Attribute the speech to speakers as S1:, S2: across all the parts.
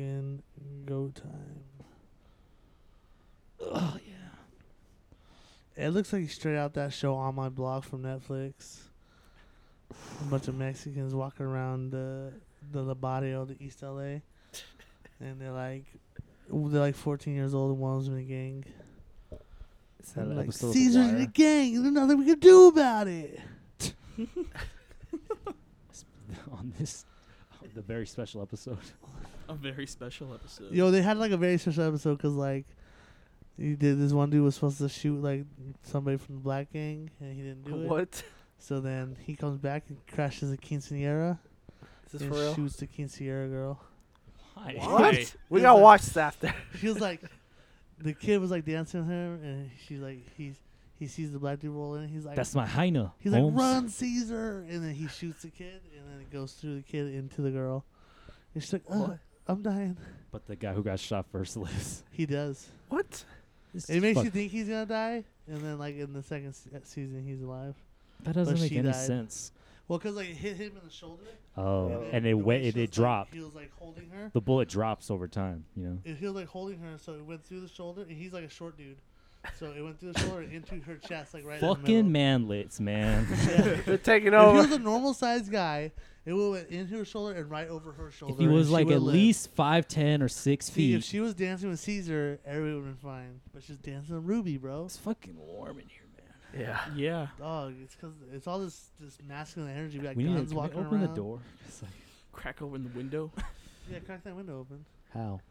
S1: fucking go time. Oh yeah. It looks like straight out that show on my blog from Netflix. A bunch of Mexicans walking around the the La Barrio, the East LA, and they're like, they're like 14 years old. and One of them's in a gang.
S2: Is
S1: And
S2: an
S1: like
S2: episode of The
S1: Caesar's in a
S2: Wire?
S1: gang. There's nothing we can do about it.
S2: on this, on the very special episode.
S3: A very special episode.
S1: Yo, they had like a very special episode because like, he did this one dude was supposed to shoot like somebody from the black gang and he didn't do it.
S3: what?
S1: So then he comes back and crashes a quinceanera
S3: Is this
S1: and
S3: for real?
S1: shoots the quinceanera girl.
S2: Why?
S3: Why?
S4: We
S1: Is
S4: gotta
S1: it-
S4: watch this after.
S1: She was like, the kid was like dancing with her and she's like, he's he sees the black dude roll in. And he's like,
S2: That's my hyena.
S1: he's like,
S2: Holmes.
S1: run, Caesar! And then he shoots the kid and then it goes through the kid into the girl. And she's like, Ugh,
S4: What?
S1: I'm dying.
S2: But the guy who got shot first lives.
S1: He does.
S4: What?
S2: This
S1: It
S2: is
S1: makes
S2: fuck-
S1: you think he's gonna die, and then like in the second se- uh, season, he's alive.
S2: that doesn't
S1: but
S2: make
S1: she
S2: any
S1: died.
S2: sense.
S1: Well, cause like it hit him in the shoulder,
S2: Oh,
S4: Yeah.
S2: and
S1: the
S2: it
S1: way
S2: went.
S1: she
S2: It,
S1: was,
S2: it
S1: like-
S2: dropped.
S1: He was like holding her.
S2: The bullet drops over time. You know.
S1: It- He was like holding her, so it went through the shoulder, and he's like a short dude, so it went through the shoulder and into her chest, like right. in the
S2: Fucking
S1: middle.
S2: manlets, man.
S1: Yeah.
S4: They're
S1: if
S4: taking
S1: he
S4: over.
S1: was a normal sized guy, it would went into her shoulder and right over her shoulder.
S2: if he
S1: and
S2: was
S1: she
S2: like
S1: would've
S2: at
S1: lived.
S2: least five ten or six
S1: See, if
S2: feet.
S1: she was dancing with Caesar, everyone would have been fine. But she's dancing with Ruby, bro.
S2: it's fucking warm in here, man.
S4: Yeah.
S3: Yeah.
S1: Dog, it's cause it's all this this masculine energy. We got
S2: we need
S1: guns
S2: to
S1: walking
S2: open
S1: around.
S2: the door. It's like,
S3: Crack open the window
S1: Yeah, crack that window open.
S2: how?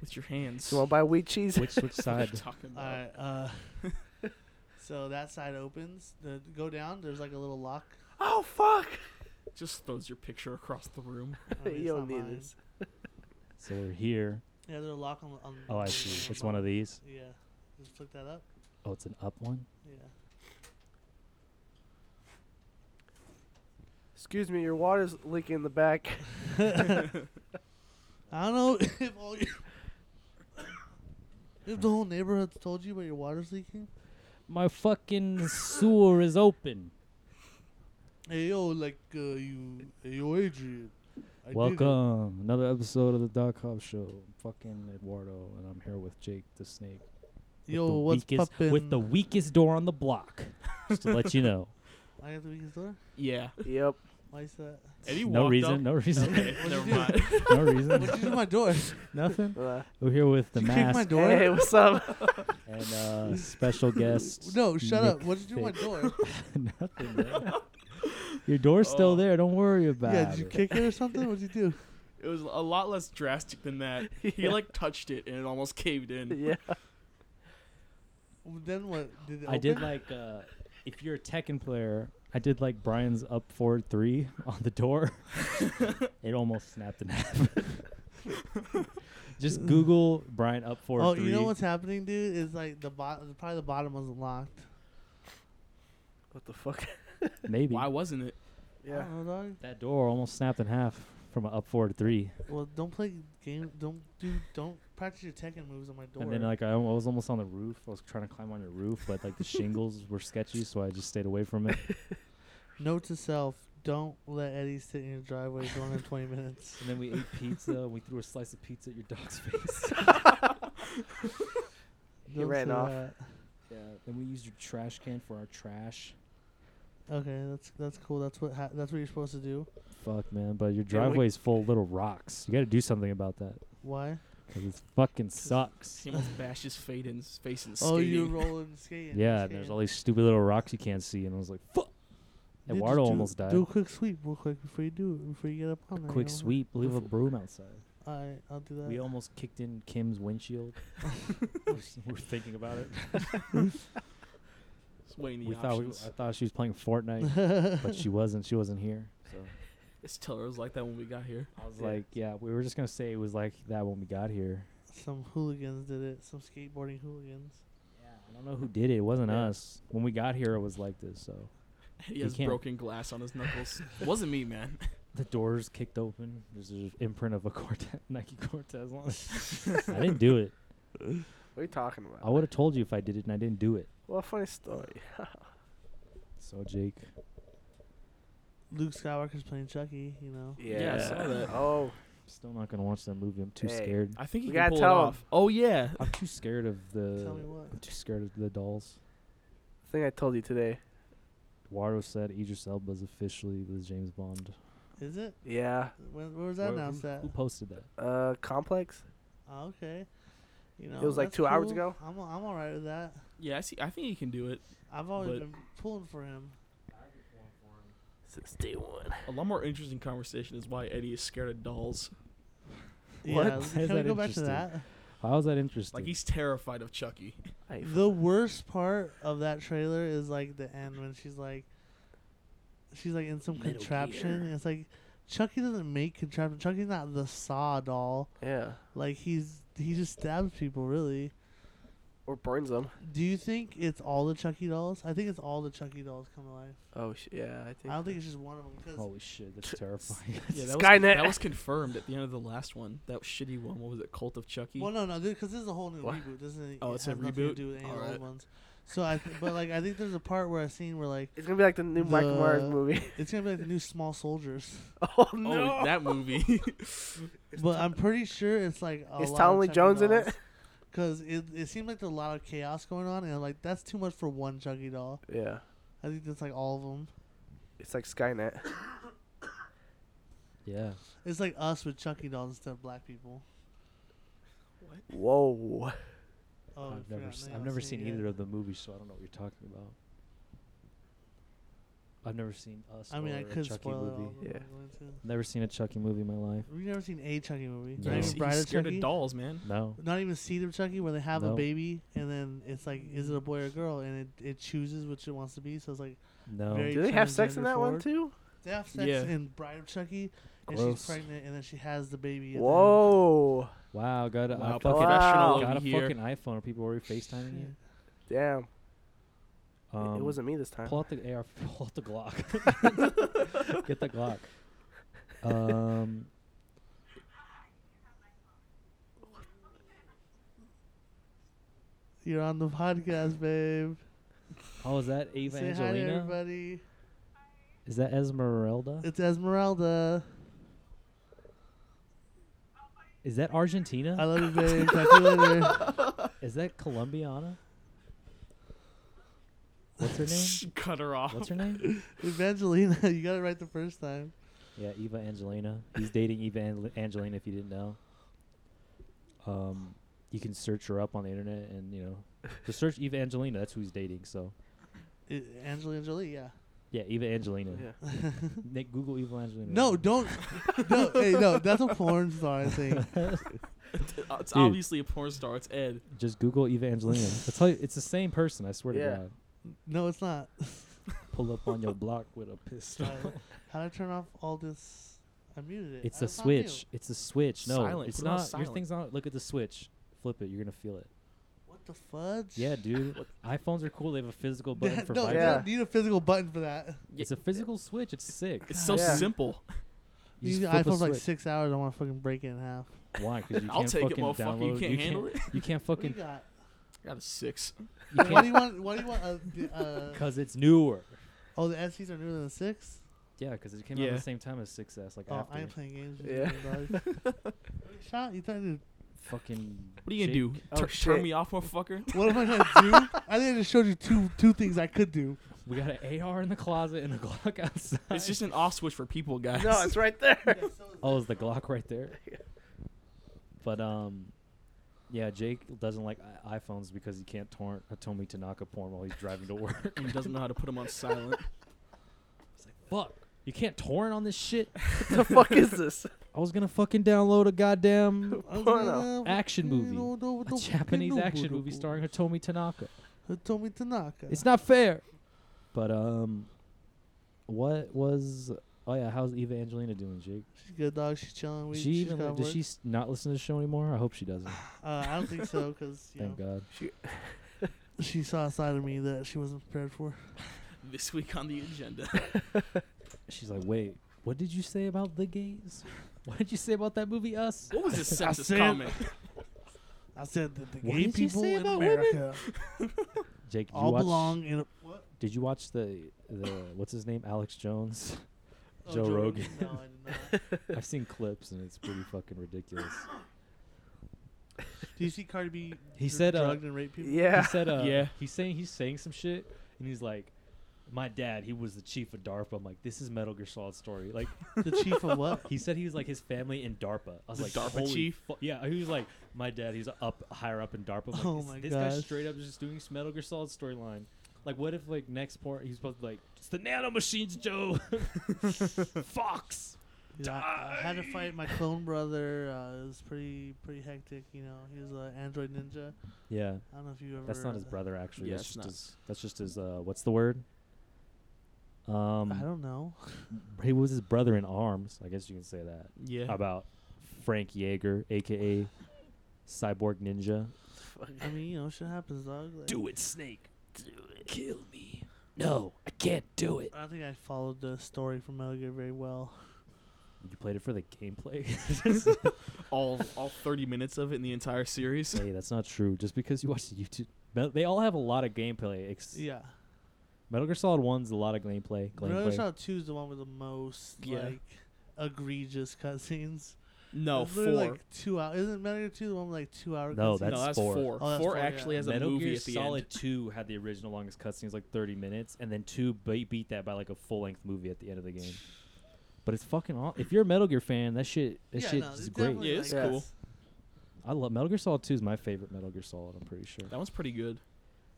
S3: with your hands.
S4: You wanna buy wheat cheese?
S2: Which which
S3: What are you
S2: side?
S3: talking
S1: All
S3: about?
S1: right. Uh, so that side opens. The go down. There's like a little lock.
S4: Oh fuck!
S3: Just throws your picture across the room.
S1: I mean, it's
S4: You don't
S1: Oh, not
S4: need
S1: mine.
S4: this.
S2: so we're here.
S1: Yeah, there's a lock on. the- on
S2: Oh, I see. It's one of these.
S1: Yeah. Just flick that up.
S2: Oh, it's an up one.
S1: Yeah.
S4: Excuse me, your water's leaking in the back.
S1: I don't know if all your if the whole neighborhood's told you, but your water's leaking.
S2: My fucking sewer is open.
S1: Hey yo, like uh, you, hey, yo, Adrian. I did it.
S2: Welcome another episode of the Doc Hop Show. I'm fucking Eduardo, and I'm here with Jake the Snake. with
S1: Yo,
S2: the
S1: what's
S2: weakest,
S1: poppin'?
S2: with the weakest door on the block. Just to let you know.
S1: I got the weakest door.
S3: yeah.
S4: yep.
S1: Why is that?
S3: Eddie
S2: no
S3: walked
S2: reason.
S3: up-
S2: No reason.
S3: Okay,
S1: What'd
S3: never
S1: you do?
S3: mind.
S2: no reason.
S1: What'd you do to my door?
S2: Nothing.
S4: Uh,
S2: We're here with the
S1: you kicked my
S2: mask
S1: door.
S4: Hey, what's up?
S2: and uh, special guest.
S1: No, shut
S2: Nick
S1: up. What'd you do to my
S2: Fick.
S1: door?
S2: Nothing. Man. Your door's still
S3: Oh.
S2: there. Don't worry about
S1: yeah, did you
S2: it.
S1: kick it or something? What'd you do?
S3: It was a lot less drastic than that. He
S4: Yeah.
S3: like touched it and it almost caved in.
S4: yeah.
S1: Then what? Did it
S2: I did
S1: open?
S2: like uh, if you're a Tekken player, I did like Brian's up forward three on the door. it almost snapped in half. Just Google Brian up forward
S1: Oh,
S2: three.
S1: you know what's happening, dude? Is like the bottom, probably the bottom wasn't locked.
S4: What the fuck?
S2: Maybe
S3: Why wasn't it?
S1: I
S4: Yeah.
S1: don't know, dog.
S2: that door almost snapped in half from an up forward three,
S1: Well, don't play game. Don't do. Don't practice your Tekken moves on my door.
S2: and then like I, al- I was almost on the roof. I was trying to climb on your roof, but like the shingles were sketchy, so I just stayed away from it.
S1: Note to self: Don't let Eddie sit in your driveway for under 20 minutes.
S2: And then we ate pizza. and We threw a slice of pizza at your dog's face.
S1: He
S4: ran off.
S2: yeah. Then we used your trash can for our trash.
S1: Okay, that's that's cool. That's what ha- that's what you're supposed to do.
S2: Fuck, man. But your
S3: we-
S2: driveway's full of little rocks. You got to do something about that.
S1: Why?
S2: 'Cause it fucking sucks.
S3: He almost bashed his fade in his face and
S1: Oh,
S3: skating.
S1: you rolling skating.
S2: Yeah, and there's all these stupid little rocks you can't see. And I was like, fuck.
S1: Dude, just
S2: Eduardo
S1: do-
S2: almost died.
S1: Do a quick sweep real quick before you do it. Before you get up on there.
S2: Quick sweep. Leave a
S1: Befo-
S2: broom outside.
S1: All right, I'll do that.
S2: We almost kicked in Kim's windshield. we were thinking about it.
S3: It's way in the
S2: We thought we, I
S3: options.
S2: thought she was playing Fortnite, but she wasn't. She wasn't here. So
S3: This teller was like that when we got here.
S2: I was
S4: Yeah.
S2: like, yeah, we were just going to say it was like that when we got here.
S1: Some hooligans did it. Some skateboarding hooligans.
S2: Yeah, I don't know who did it. It wasn't
S4: Yeah.
S2: us. When we got here, it was like this. So
S3: He
S2: You
S3: has
S2: can't-
S3: broken glass on his knuckles. Wasn't me, man.
S2: the doors kicked open. There's an imprint of a Cortez, Nike Cortez on it. I didn't do it.
S4: What are you talking
S2: I
S4: about?
S2: would have told you if I did it, and I didn't do it.
S4: Well, funny story.
S2: So Jake,
S1: Luke Skywalker's playing Chucky, you know.
S3: Yeah, I saw that.
S4: Oh,
S2: Still not gonna watch that movie. I'm too
S4: Hey.
S2: scared.
S3: I think you
S4: We
S3: can
S4: gotta
S3: pull it
S4: tell 'em.
S3: off. Oh yeah.
S2: I'm too scared of
S1: Tell
S2: the.
S1: me what.
S2: I'm too scared of the dolls.
S4: I think I told you today.
S2: Eduardo said Idris Elba's officially the James Bond.
S1: Is it?
S4: Yeah.
S1: When, where was that
S2: Where-
S1: announced
S2: who,
S1: at?
S2: who posted that?
S4: Uh, complex.
S1: Oh, okay. You know,
S4: was like
S1: that's
S4: two hours
S1: cool.
S4: ago.
S1: I'm I'm all right with that.
S3: Yeah, I see. I think you can do it.
S1: I've always
S3: But-
S1: been pulling for him.
S4: Since day one.
S3: A lot more interesting conversation is why Eddie is scared of dolls.
S2: What?
S1: Yeah,
S2: Why is
S1: can we
S2: that
S1: go back to
S2: interesting?
S1: that?
S2: How is that interesting?
S3: Like he's terrified of Chucky.
S4: I
S1: The worst part of that trailer is like the end when she's like, she's like in some
S3: Metal
S1: contraption.
S3: Gear.
S1: And it's like, Chucky doesn't make contraption. Chucky's not the saw doll.
S4: yeah.
S1: Like he's he just stabs people really.
S4: Or burns them.
S1: Do you think it's all the Chucky dolls? I think it's all the Chucky dolls come to life.
S4: Oh sh- yeah, I think.
S1: I don't think it's just one of them because
S2: Holy shit, that's terrifying.
S3: Yeah, that was,
S4: Skynet.
S3: that was confirmed at the end of the last one. That shitty one. What was it? Cult of Chucky.
S1: Well, no, no, because this is a whole new
S4: What?
S1: reboot. This isn't.
S3: Oh,
S1: it
S3: it's a
S1: has nothing to
S3: reboot?
S1: do with any of the
S3: Alright.
S1: old ones. So I, th- but like I think there's a part where I seen where like
S4: it's gonna be like the new Michael Myers
S1: The-
S4: movie.
S1: it's gonna be like the new Small Soldiers,
S4: oh
S3: oh,
S4: no.
S3: that movie.
S1: but I'm pretty sure it's like a
S4: Is
S1: lot
S4: Tom Lee
S1: of
S4: Jones in it?
S1: Because it it seemed like there's a lot of chaos going on, and I'm like that's too much for one Chucky doll.
S4: yeah.
S1: I think that's like all of them.
S4: It's like Skynet.
S2: yeah.
S1: It's like us with Chucky dolls instead of black people.
S4: Whoa.
S1: Oh,
S2: I've never, s- I've never seen either of the movies, so I don't know what you're talking about. I've never seen us.
S1: I mean,
S2: or
S1: I
S2: a
S1: could
S2: Chucky
S1: spoil
S2: movie.
S1: it all.
S4: Yeah.
S1: Yeah.
S2: Never seen a Chucky movie in my life.
S1: We've never seen a Chucky movie.
S2: No.
S1: Not
S3: He's,
S1: even
S2: He's-
S1: Bride
S3: he's
S1: of
S3: scared
S1: Chucky.
S3: of dolls, man.
S2: No.
S1: not even Seed of Chucky, where they have a
S2: No.
S1: baby and then it's like, is it a boy or a girl? And it, it chooses which it wants to be. So it's like,
S2: No.
S1: Very-
S4: Do they have sex
S1: transgender
S4: in that one
S1: forward.
S4: too?
S1: they have sex
S3: Yeah.
S1: in Bride of Chucky, and she's
S2: Gross.
S1: pregnant, and then she has the baby. at the end.
S4: Whoa.
S2: Wow, got a,
S3: Wow,
S2: I fucking,
S4: professional
S2: got
S3: over
S2: a
S3: here.
S2: fucking iPhone. Are people already FaceTiming you?
S4: Damn. It-
S2: Um,
S4: it wasn't me this time.
S2: Pull out the AR. Pull out the Glock. Get the Glock. Um,
S1: You're on the podcast, babe.
S2: oh, is that Ava
S1: Say hi to
S2: Angelina?
S1: everybody.
S2: Is that Esmeralda?
S1: It's Esmeralda.
S2: Is that
S1: I
S2: Argentina?
S1: love you, babe. Talk to you later.
S2: Is that Colombiana? What's her name?
S3: Cut her off.
S2: What's her name?
S1: Evangelina, you got it right the first time.
S2: Yeah, Eva Angelina. He's dating Eva Ang- Angelina. If you didn't know, um, you can search her up on the internet, and you know, just search Eva Angelina. That's who he's dating. So,
S1: I Angelina Jolie, yeah.
S2: yeah, Eva Angelina.
S4: Yeah.
S2: Nick, Google Eva Angelina.
S1: No, don't. no, hey, no, that's a porn star thing.
S3: Uh, It's
S2: Dude.
S3: obviously a porn star. It's Ed.
S2: Just Google Eva Angelina. That's how it's the same person. I swear
S4: Yeah.
S2: to God.
S1: No, it's not.
S2: Pull up on your block with a pistol.
S1: Uh, how do I turn off all this? I muted it.
S2: It's
S1: I
S2: a
S1: was on mute.
S2: switch. It's a switch. No,
S3: Silent.
S2: it's
S3: Put it on
S2: not. Your
S3: silent.
S2: thing's not. Look at the switch. Flip it. You're gonna feel it.
S1: What the fudge?
S2: Yeah, dude. iPhones are cool. They have a physical button
S1: That-
S2: for
S1: no, you
S2: vibrate.
S4: Yeah.
S1: don't need a physical button for that.
S2: It's a physical switch. It's sick.
S3: It's so
S4: Yeah.
S3: simple.
S2: You
S1: These
S2: just flip a
S1: iPhones like
S2: switch.
S1: six hours. I want to fucking break it in half.
S2: Why? Because you
S3: I'll
S2: can't
S3: take it,
S2: fucking
S3: motherfucker. You
S2: download.
S3: can't handle
S2: it. You can't
S1: What do you
S2: fucking.
S1: got?
S3: I got a six.
S2: You
S1: Why do you
S2: can't.
S1: want? Why do you want? Uh, the, uh,
S2: Because it's newer.
S1: oh, the SCs are newer than the six.
S2: Yeah, because it came out at
S3: Yeah.
S2: the same time as 6S. Like
S1: Oh,
S2: after.
S1: I ain't playing games. with
S4: Yeah.
S1: you, dog. Shot? You trying
S2: fucking.
S3: What are you
S2: Jake-
S3: gonna do?
S4: Oh,
S3: Tur-
S4: shit.
S3: turn me off, motherfucker?
S1: to? What am I gonna do? I think I just showed you two two things I could do.
S2: We got an AR in the closet and a Glock outside.
S3: It's just an off switch for people, guys.
S4: No, it's right there.
S2: Oh, is the Glock right there? But um, yeah, Jake doesn't like I- iPhones because he can't torrent uh, Hatomi Tanaka porn while he's driving to work.
S3: and he doesn't know how to put them on silent.
S2: It's like, fuck, you can't torrent on this shit.
S4: the fuck is this?
S2: I was gonna fucking download a goddamn
S1: I was
S4: Porno.
S1: gonna-
S2: action movie, a Japanese action movie starring Hatomi Tanaka.
S1: Hitomi Tanaka.
S2: It's not fair. But um, what was? Oh yeah, how's Eva Angelina doing, Jake?
S1: She's good, dog. She's chilling. We,
S2: she
S1: she's
S2: even
S1: got
S2: does
S1: work.
S2: she s- not listen to the show anymore? I hope she doesn't.
S1: Uh, I don't think so because you know,
S2: Thank God.
S1: she saw a side of me that she wasn't prepared for.
S3: This week on the agenda.
S2: She's like, wait, what did you say about the gays? What did you say about that movie, Us?
S3: What was this
S1: I
S3: sexist
S1: said-
S3: comment?
S1: I said that the
S2: What
S1: gay
S2: did you
S1: people
S2: say
S1: in
S2: about women?
S1: America
S2: Jake, did you
S1: all
S2: watch?
S1: belong in a.
S2: Did you watch the the what's his name, Alex Jones? Joe Rogan.
S1: Oh, No, I did not.
S2: I've seen clips and it's pretty fucking ridiculous.
S1: Do you see Cardi B?
S2: He
S1: dr-
S2: said, uh,
S1: drugged and raped people.
S4: Yeah.
S2: He said, uh,
S3: Yeah.
S2: He's saying he's saying some shit, and he's like, "My dad, he was the chief of DARPA." I'm like, "This is Metal Gear Solid story." Like,
S1: The chief of what?
S2: he said he was like his family in DARPA. I was
S3: The
S2: like,
S3: DARPA
S2: "Holy
S3: chief?"
S2: fu- yeah, he was like, "My dad, he's up higher up in DARPA." I'm like,
S1: Oh
S2: "This-
S1: my
S2: This guy
S1: gosh.
S2: straight up is just doing some Metal Gear Solid storyline. Like, what if like next part he's supposed to be like, "It's the nanomachines, Joe." Fox.
S1: Yeah, I, I had to fight my clone brother. Uh, it was pretty pretty hectic. You know, he was an android ninja.
S2: Yeah,
S1: I don't know if you ever.
S2: that's not his brother actually.
S3: Yeah,
S2: that's
S3: it's
S2: just
S3: not.
S2: his. That's just his. Uh, what's the word? Um,
S1: I don't know.
S2: he was his brother in arms. I guess you can say that
S3: Yeah.
S2: about Frank Yeager, aka Cyborg Ninja.
S1: I mean, you know, shit happens, dog. Like,
S2: it, Snake. Do it. Kill me. No, I can't do it.
S1: I don't think I followed the story from Metal Gear very well.
S2: You played it for the gameplay.
S3: all all 30 minutes of it in the entire series.
S2: hey, that's not true. Just because you watch the YouTube, Mel- they all have a lot of gameplay. Ex-
S1: Yeah.
S2: Metal Gear Solid One's a lot of gameplay.
S1: Metal Gear
S2: gameplay.
S1: Solid 2 is the one with the most,
S3: Yeah.
S1: like, egregious cutscenes.
S3: No,
S1: It's
S3: four.
S1: literally, Like, two hours. Isn't Metal Gear 2 the one with, like, two hour
S2: No,
S1: cutscenes?
S2: that's
S3: no, that's
S2: four.
S3: four.
S1: Oh, that's
S3: four,
S1: four,
S3: actually
S1: yeah.
S3: has
S2: Metal
S3: a movie
S2: Gear
S3: at the
S2: Solid
S3: end.
S2: Two had the original longest cutscenes, like 30 minutes, and then two beat, beat that by like a full length movie at the end of the game. But it's fucking aw- If you're a Metal Gear fan, that shit, that
S1: yeah,
S2: shit
S1: no,
S2: is
S1: it's
S2: great.
S1: definitely,
S3: Yeah, it's
S1: like,
S3: cool.
S1: it's-
S2: I love Metal Gear Solid Two is my favorite Metal Gear Solid. I'm pretty sure.
S3: That one's pretty good.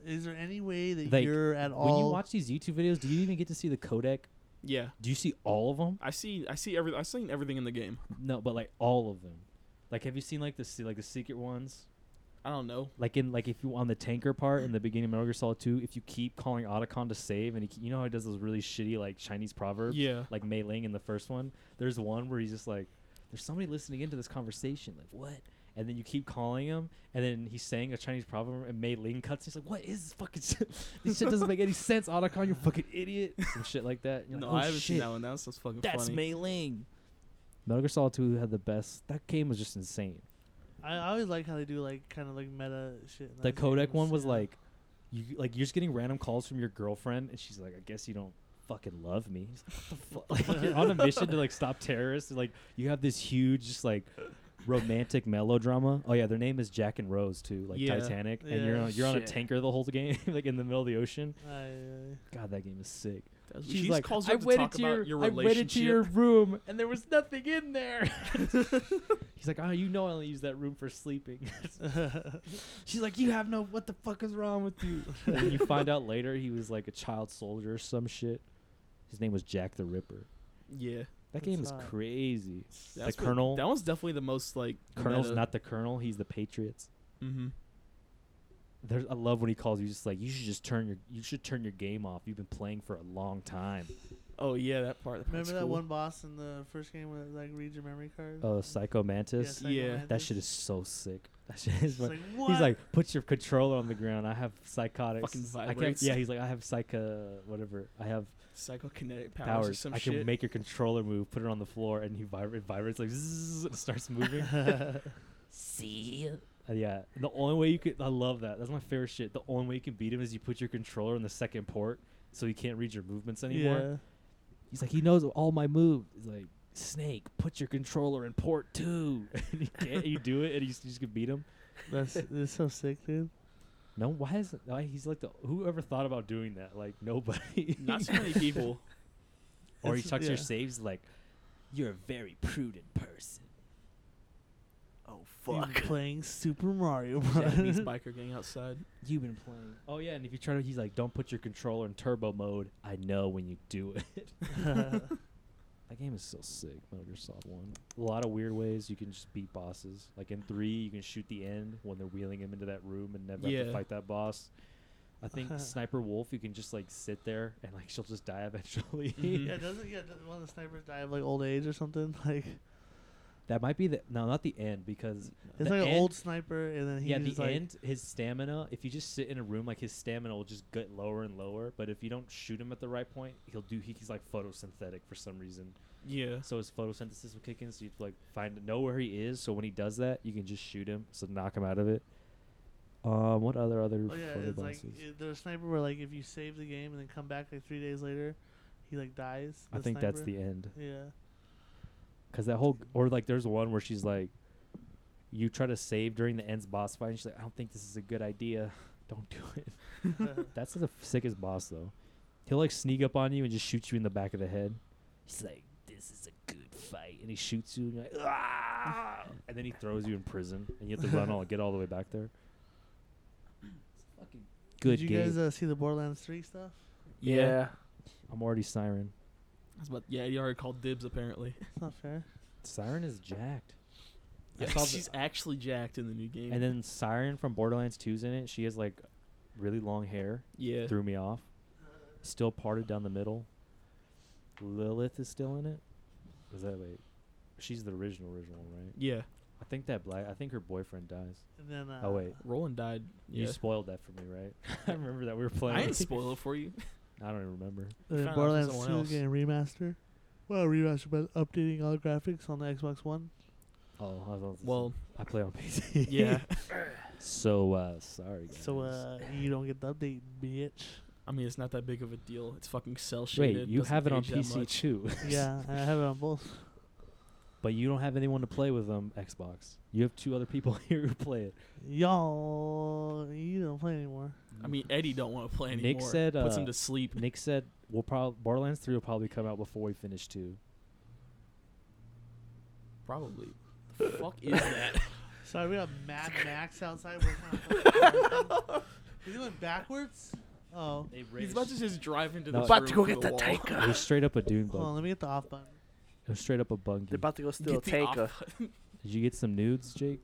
S1: Is there any way that
S2: Like,
S1: you're at all.
S2: When you watch these YouTube videos, do you even get to see the codec?
S3: Yeah,
S2: Do you see all of them?
S3: I see. I see everything. I've seen everything in the game.
S2: No, but like all of them. Like, have you seen like the se- like the secret ones?
S3: I don't know.
S2: Like in like if you on the tanker part in the beginning of Metal Gear Solid Two, if you keep calling Otacon to save, and he, ke- you know how he does those really shitty like Chinese proverbs.
S3: Yeah.
S2: like Mei Ling in the first one. There's one where he's just like, "There's somebody listening into this conversation." Like, what? And then you keep calling him, and then he's saying a Chinese proverb, and Mei Ling cuts. He's like, "What is this fucking shit? this shit doesn't make any sense, Otacon. You're a fucking idiot." Some shit like that. You're like, "Oh,
S3: No, I haven't seen
S2: shit,
S3: that one. That sounds fucking
S2: That's
S3: funny.
S2: Mei Ling. Metal Gear Solid 2 had the best. That game was just insane.
S1: I, I always like how they do, like, kind of, like, meta shit. in
S2: The
S1: those
S2: codec
S1: games,
S2: one was
S1: yeah.
S2: like, you like you're just getting random calls from your girlfriend, and she's like, "I guess you don't fucking love me." He's like, what the fuck? Like, you're on a mission to like stop terrorists, and like you have this huge, just like romantic melodrama. Oh yeah, their name is Jack and Rose too, like
S3: Yeah.
S2: Titanic, and you're
S1: Yeah.
S2: on, you're on a
S4: Shit.
S2: tanker the whole game, like in the middle of the ocean.
S1: Aye, aye, aye.
S2: God, that game is sick.
S3: That's-
S2: She's
S3: she
S2: like,
S3: calls you
S2: I
S3: up to
S2: went
S3: talk
S2: to
S3: about
S2: your,
S3: your
S2: I went to
S3: relationship.
S2: your room and there was nothing in there. He's like, oh, you know, I only use that room for sleeping. She's like, you have no. What the fuck is wrong with you? and you find out later he was like a child soldier or some shit. His name was Jack the Ripper.
S3: Yeah,
S2: That
S1: That's
S2: game is
S1: hot.
S2: crazy.
S3: that's
S2: the
S3: what-
S2: colonel.
S3: That one's definitely the most like
S2: Colonel's
S3: meta.
S2: not the colonel. He's the Patriots.
S3: Mhm.
S2: There's, I love when he calls you. Just like you should just turn your you should turn your game off. You've been playing for a long time.
S3: Oh yeah, that part. That part's
S1: Remember that
S3: cool.
S1: one boss in the first game where like read your memory card?
S2: Oh, Psycho Mantis.
S1: Psycho
S3: Yeah.
S2: That
S1: Mantis.
S2: shit is so sick. That shit is.
S1: It's
S2: my-
S1: like,
S2: He's
S1: "What?"
S2: like, put your controller on the ground. I have psychotics.
S3: Fucking
S2: I can't,
S3: vibrates.
S2: yeah, he's like, I have psycho, whatever. I have
S3: Psychokinetic powers,
S2: powers.
S3: or some
S2: I can
S3: shit.
S2: make your controller move. Put it on the floor, and he vibrates. Vibrates like zzz, and starts moving. See. yeah, the only way you could. I love that. That's my favorite shit. The only way you can beat him is you put your controller in the second port, so he can't read your movements anymore. He's like, he knows all my moves. He's like, Snake, put your controller in port two. and you can't. You do it, and you just, you just can beat him.
S1: Yeah, that's, that's so sick, dude.
S2: No, why is it? Why he's like the whoever thought about doing that? Like nobody.
S3: Not so many people.
S2: or he
S1: It's-
S2: tucks
S1: yeah.
S2: your saves like, you're a very prudent person.
S4: Oh
S1: You're
S4: fuck.
S1: playing Super Mario
S3: Japanese
S1: Bros.
S3: biker gang outside.
S2: You've been playing. Oh yeah, and if you try to, he's like, don't put your controller in turbo mode. I know when you do it. that game is so sick. Metal Gear Solid One. A lot of weird ways you can just beat bosses. Like in three, you can shoot the end when they're wheeling him into that room and never have to
S3: Yeah.
S2: fight that boss. I think Sniper Wolf, you can just like sit there and like she'll just die eventually.
S3: Mhm.
S1: yeah, doesn't yeah doesn't one of the snipers die of like old age or something? Like
S2: That might be the no, not the end because
S1: it's
S2: the
S1: like an
S2: end-
S1: old sniper, and then he
S2: yeah, the
S1: just like
S2: end his stamina. If you just sit in a room, like his stamina will just get lower and lower. But if you don't shoot him at the right point, he'll do. He, he's like photosynthetic for some reason.
S3: Yeah.
S2: So his photosynthesis will kick in. So you like find know where he is. So when he does that, you can just shoot him. So knock him out of it. Um, what other other
S1: Oh yeah,
S2: funny
S1: it's like
S2: bosses?
S1: it, there's a sniper where like if you save the game and then come back like three days later, He like dies.
S2: I think that's the end.
S1: Yeah.
S2: Cause that whole or like there's one where she's like, you try to save during the end's boss fight, and she's like, I don't think this is a good idea. Don't do it.
S1: Uh,
S2: That's the sickest boss though. He'll like sneak up on you and just shoot you in the back of the head. He's like, this is a good fight, and he shoots you, and you're like, ah, and then he throws you in prison, and you have to run all get all the way back there. It's a fucking good
S1: Did you
S2: game.
S1: guys uh, see the Borderlands Three stuff?
S3: Yeah.
S2: I'm already Siren.
S3: That's about, yeah, he already called dibs apparently.
S1: It's not fair.
S2: Siren is jacked. I
S3: Yeah,
S2: saw the-
S3: she's actually jacked in the new game.
S2: And then Siren from Borderlands 2's in it. She has like really long hair.
S3: yeah,
S2: Threw me off. Still parted down the middle. Lilith is still in it. Is that wait? She's the original original, one, right?
S3: yeah.
S2: I think that black. I think her boyfriend dies.
S1: And then. Uh,
S2: Oh, wait.
S3: Roland died. Yeah.
S2: You spoiled that for me, right? I remember that we were playing.
S3: I didn't spoil it for you.
S2: I don't even remember.
S1: and then
S3: Found out from
S1: uh, Borderlands
S3: someone
S1: Two
S3: else.
S1: getting remaster. Well, remaster, but updating all the graphics on the Xbox One.
S2: Oh, I was about to say-
S3: Well,
S2: I play on PC.
S3: yeah.
S2: So uh, sorry. Guys.
S1: So uh, you don't get the update, bitch.
S3: I mean, it's not that big of a deal. It's fucking cell shaded.
S2: wait, you
S3: doesn't
S2: have it on
S3: age that
S2: PC
S3: much.
S2: too,
S1: yeah, I have it on both.
S2: but you don't have anyone to play with them Xbox. You have two other people here who play it.
S1: Y'all, you don't play anymore.
S3: I mean, Eddie don't want to play
S2: Nick
S3: anymore.
S2: said,
S3: puts him
S2: uh,
S3: to sleep.
S2: Nick said, "We'll probably Borderlands Three will probably come out before we finish two.
S3: Probably. The fuck is that?
S1: Sorry, we got Mad Max outside. We're kinda- Is he going backwards? Oh.
S3: He's about to just drive into
S2: No,
S3: the.
S2: It's
S4: about to go
S3: room through
S4: get the
S3: a wall.
S4: tanker.
S2: It was straight up a Dune
S1: Hold on,
S2: bug.
S1: let me hit the off button.
S2: It was straight up a bungee.
S4: They're
S2: Did
S4: about to go steal a
S3: Get the off
S4: tanker.
S3: button.
S2: you get some nudes, Jake?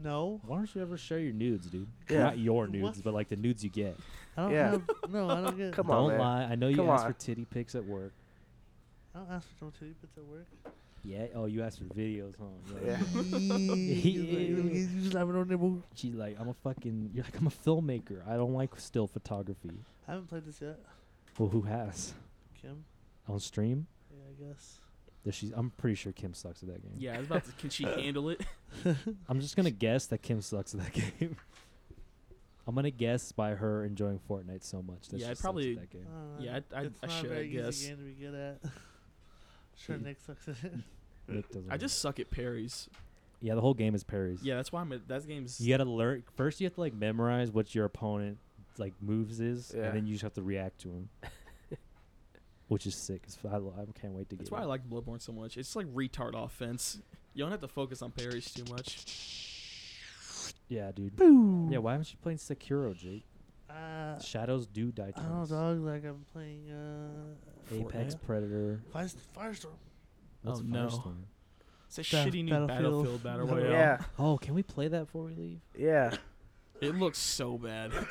S1: No.
S2: Why don't you ever share your nudes, dude?
S4: Yeah.
S2: Not your
S1: What?
S2: nudes, but like the nudes you get.
S1: I don't
S4: Yeah.
S1: have. No, I don't get.
S4: Come on,
S2: don't
S4: man.
S2: lie. I know you
S4: Come
S2: asked
S4: on.
S2: for titty pics at work.
S1: I don't ask for no titty bits at work.
S2: Yeah. Oh, you asked for videos, huh?
S4: Yeah.
S1: you just have it on there, boo.
S2: She's like, I'm a fucking. You're like, I'm a filmmaker. I don't like still photography.
S1: I haven't played this yet.
S2: Well, who has
S1: Kim?
S2: on stream?
S1: Yeah, I guess.
S2: Does she? I'm pretty sure Kim sucks at that game.
S3: Yeah, I was about to. Can she handle it?
S2: I'm just gonna guess that Kim sucks at that game. I'm gonna guess by her enjoying Fortnite so much that
S3: Yeah,
S2: she
S3: I'd
S2: sucks
S3: probably-
S2: at that game.
S1: Uh,
S3: Yeah, I- I-
S1: it's
S3: I
S1: not
S3: should,
S1: a
S3: I
S1: very
S3: guess.
S1: easy game to be good at. sure, Nick sucks at it.
S2: Nick doesn't.
S3: I just suck at parries.
S2: yeah, the whole game is parries.
S3: Yeah, that's why I'm. At, that game's.
S2: you gotta learn first. You have to like memorize what your opponent like moves is,
S4: Yeah.
S2: and then you just have to react to him, which is sick. as f- I, lo- I can't wait to
S3: That's
S2: get.
S3: why I
S2: it.
S3: like Bloodborne so much. It's like retard offense. You don't have to focus on parries too much.
S2: Yeah, dude. Yeah, why haven't you playing Sekiro, Jake?
S1: Uh,
S2: Shadows do die.
S1: I don't know,
S2: Twice.
S1: dog. Like I'm playing uh,
S2: Apex
S1: Fortnite.
S2: Predator.
S1: Fires- Firestorm.
S2: What's
S3: Oh, no.
S2: Firestorm?
S3: It's a
S1: Ba-
S3: shitty new
S1: Battlefield.
S3: Battlefield, Battle
S1: No.
S3: Royale.
S4: Yeah,
S2: Oh, can we play that before we leave?
S4: yeah.
S3: It looks so bad.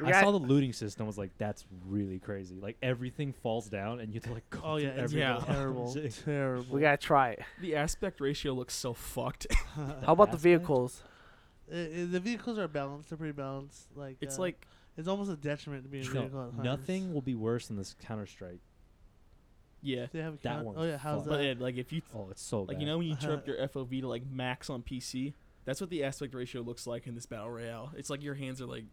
S4: We
S2: I
S4: got-
S2: saw the looting system. I was like, that's really crazy. Like everything falls down, and you have to like. Go
S1: Oh yeah,
S2: through
S1: it's
S2: every
S3: yeah.
S2: little
S1: terrible,
S2: object.
S1: terrible.
S4: we gotta try it.
S3: The aspect ratio looks so fucked.
S4: How about the
S2: aspect?
S4: vehicles?
S1: Uh, uh, the vehicles are balanced. They're pretty balanced. Like
S3: It's
S1: uh,
S3: like
S1: it's almost a detriment to being a
S2: No,
S1: vehicle. at times.
S2: nothing will be worse than this Counter Strike.
S3: yeah,
S1: They have a
S2: That
S1: count-
S2: one's
S1: Oh yeah, how's
S2: fucked.
S3: but
S1: that?
S3: yeah, like Uh-huh. if you
S2: Oh, it's so
S3: like
S2: bad.
S3: you know when you turn up your FOV to like max on PC, that's what the aspect ratio looks like in this Battle Royale. It's like your hands are like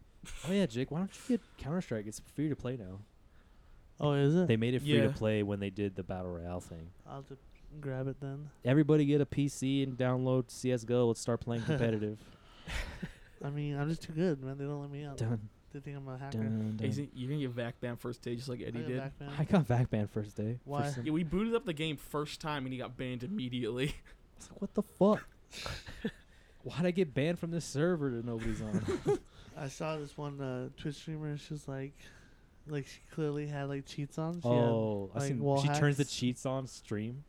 S2: Oh yeah, Jake. Why don't you get Counter Strike? It's free to play now.
S1: Oh, is it?
S2: They made it free to
S3: Yeah.
S2: play when they did the battle royale thing.
S1: I'll have to grab it then.
S2: Everybody get a PC and download CS:GO. Let's start playing competitive.
S1: I mean, I'm just too good, man. They don't let me out.
S2: dun,
S1: They think I'm a hacker.
S2: dun,
S3: Hey,
S2: dun.
S3: isn't- you're gonna get back down first day just like
S1: I
S3: Eddie
S1: got
S3: did.
S1: back, man.
S2: I got back banned first day. for
S1: Why?
S2: some-
S3: Yeah, we booted up the game first time and he got banned immediately.
S2: I was like, what the fuck? Why'd I get banned from this server that nobody's on?
S1: I saw this one uh, Twitch streamer. She was like, like she clearly had like cheats on. She
S2: oh, I
S1: like,
S2: seen.
S1: wall
S2: She turns the
S1: hacks.
S2: cheats on stream.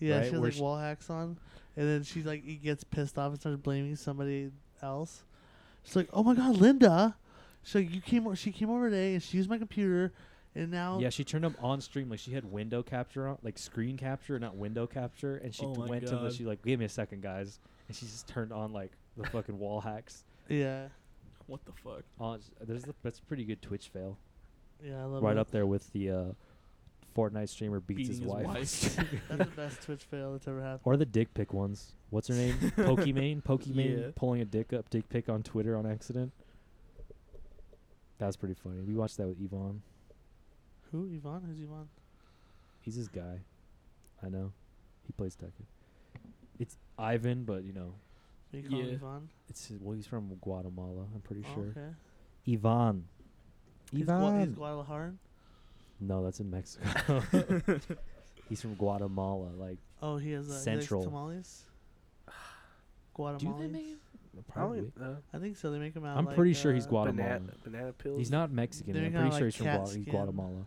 S1: had, yeah,
S2: right,
S1: she had
S2: where
S1: like
S2: she-
S1: wall hacks on, and then she like he gets pissed off and starts blaming somebody else. She's like, "Oh my god, Linda!" She's like, "You came, o- she came over today, and she used my computer, and now
S2: Yeah, she turned them on stream. Like she had window capture on, like screen capture, not window capture. And she
S3: Oh my
S2: went to the.
S3: God.
S2: She like, give me a second, guys. And she just turned on like the fucking wall hacks.
S1: yeah,
S3: What the fuck?
S2: On there's the, that's a pretty good Twitch fail.
S1: yeah, I love
S2: right
S1: it.
S2: up there with the uh, Fortnite streamer beats his,
S3: Beating
S2: wife,
S1: That's the best Twitch fail that's ever happened.
S2: or the dick pic ones. What's her name? Pokimane. Pokimane
S3: Yeah.
S2: pulling a dick up dick pic on Twitter on accident. That was pretty funny. We watched that with Yvonne.
S1: Who? Yvonne? Who's Yvonne?
S2: He's this guy. I know. He plays Tekken. It's Ivan, but you know,
S1: You call him
S3: Yeah.
S1: Yvonne?
S2: it's his- well, he's from Guatemala. I'm pretty
S1: Oh,
S2: sure.
S1: Okay.
S2: Ivan.
S1: He's, Gua- he's
S2: Ivan.
S1: Guadalajara?
S2: no, that's in Mexico. he's from Guatemala. Like,
S1: Oh, he has uh,
S2: Central.
S1: He likes tamales.
S2: do
S1: Guatemala.
S2: they make?
S4: Probably.
S2: Probably.
S4: Uh,
S1: I think so. They make him out.
S2: I'm
S1: like,
S2: pretty sure he's
S1: uh,
S2: Guatemala.
S4: banana, banana pills.
S2: He's not Mexican.
S1: They make
S2: I'm pretty
S1: out
S2: sure
S1: like
S2: he's from
S1: cat
S2: Gua- he's
S1: skin.
S2: Guatemala.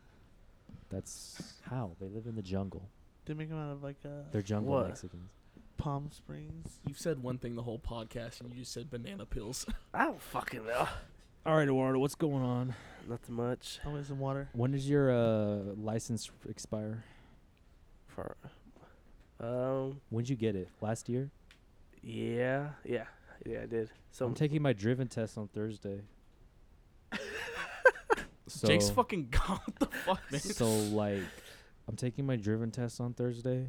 S2: That's how they live in the jungle.
S1: They make him out of like uh,
S2: They're jungle
S4: What?
S2: Mexicans.
S1: Palm Springs.
S3: You've said one thing the whole podcast, and you just said banana pills.
S4: I don't fucking know.
S2: All right, Eduardo, what's going on?
S4: Nothing much
S1: Oh, wait, some water.
S2: When does your uh, license expire?
S4: for. Um.
S2: When'd you get it? Last year?
S4: Yeah. Yeah. Yeah. I did. So
S2: I'm taking my driven test on Thursday. so,
S3: Jake's fucking gone. What the fuck, man?
S2: So uh, like, I'm taking my driven test on Thursday.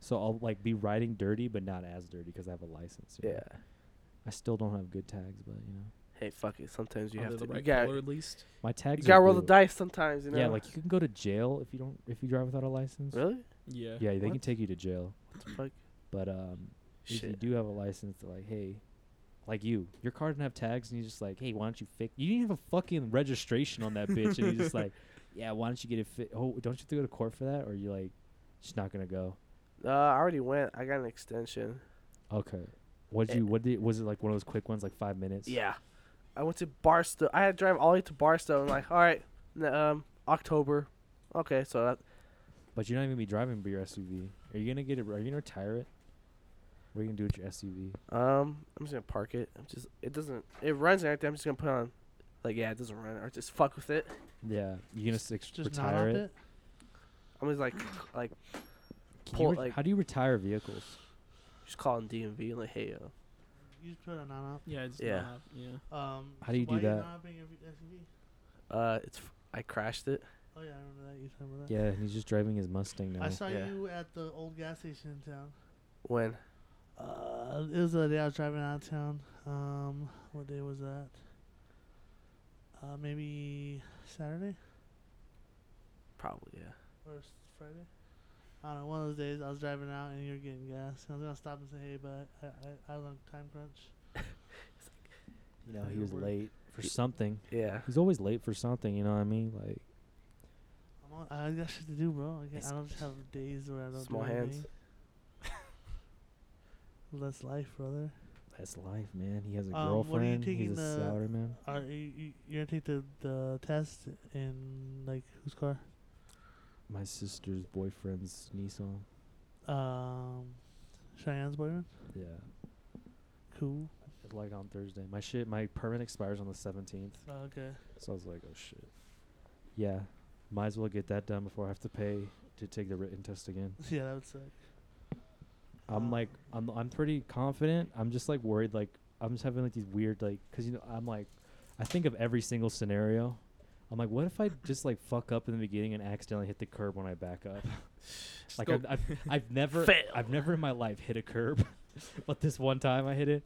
S2: So I'll like be riding dirty, but not as dirty because I have a license. you know?
S4: yeah.
S2: I still don't have good tags, but you know,
S4: Hey, fuck it. Sometimes you
S3: Are
S4: have
S3: they
S4: to.
S3: the
S4: you
S3: right
S4: got.
S3: color at least.
S2: my tags.
S4: You
S2: are
S4: gotta roll the
S2: blue.
S4: dice sometimes. You know.
S2: Yeah, like you can go to jail if you don't if you drive without a license.
S4: really.
S3: Yeah.
S2: Yeah, they can
S4: What?
S2: take you to jail.
S4: What the fuck?
S2: But um, if you
S4: Shit.
S2: do have a license, they're like, hey, like you, your car didn't have tags, and you're just like, hey, why don't you fix? You didn't have a fucking registration on that bitch, and you're just like, yeah, why don't you get it fit? Oh, don't you have to go to court for that? Or you're like, just not gonna go.
S4: Uh, I already went. I got an extension.
S2: Okay. What would
S4: Eh.
S2: you? What did? Was it like one of those quick ones, like five minutes?
S4: Yeah. I went to Barstow. I had to drive all the way to Barstow. I'm like, all right, n- um, October. Okay, so that,
S2: But you're not even gonna be driving b- your SUV. Are you gonna get it? Are you gonna retire it? What are you gonna do with your SUV?
S4: um, I'm just gonna park it. I'm just, it doesn't, it runs and everything. I'm just gonna put on, like, yeah, it doesn't run or just fuck with it.
S2: Yeah, you gonna six,
S1: Just not
S2: retire
S1: up
S2: it?
S1: it.
S4: I'm just like, like,
S2: Can you
S4: Pull,
S2: re-
S4: like-
S2: how do you retire vehicles?
S4: just calling DMV like, hey, uh,
S1: You just put it on non op.
S3: Yeah. It's
S4: Yeah.
S3: Not, yeah.
S1: Um,
S2: How do you
S1: why
S2: do
S1: are
S2: that?
S1: non-upping your SUV?
S4: uh, it's, f- I crashed it.
S1: Oh yeah, I remember that. You remember that?
S2: Yeah, and he's just driving his Mustang now.
S1: I saw
S4: Yeah.
S1: you at the old gas station in town.
S4: When?
S1: Uh, it was the day I was driving out of town. Um, what day was that? Uh, maybe Saturday
S4: Probably, yeah.
S1: or s- Friday. I don't know. One of those days I was driving out and you were getting gas. And I was gonna stop and say hey, but I I, I was on time crunch.
S2: you know,
S1: How
S2: he
S1: you
S2: was
S1: work.
S2: late for something.
S4: Yeah.
S2: He's always late for something. You know what I mean? Like,
S1: I'm on, I got shit to do, bro. I, can't, I don't just have days where I don't.
S4: Small
S1: do
S4: hands.
S1: anything. Less life, brother.
S2: that's life, man. He has a
S1: Um, what are you
S2: girlfriend. He's
S1: taking
S2: a
S1: the-
S2: salary man.
S1: Are you, you you're gonna take the the test in like whose car?
S2: My sister's boyfriend's Nissan.
S1: Um, Cheyenne's boyfriend.
S2: Yeah,
S1: Cool.
S2: like on Thursday. My shit. My permit expires on the seventeenth.
S1: Oh, okay.
S2: So I was like, oh shit. Yeah, might as well get that done before I have to pay to take the written test again.
S1: Yeah, that would suck.
S2: I'm
S1: Um,
S2: like, I'm I'm pretty confident. I'm just like worried. Like I'm just having like these weird like, cause you know I'm like, I think of every single scenario. I'm like, what if I just like fuck up in the beginning and accidentally hit the curb when I back up? like
S3: Still-
S2: I've, I've, I've never,
S4: Fail.
S2: I've never in my life hit a curb, but this one time I hit it.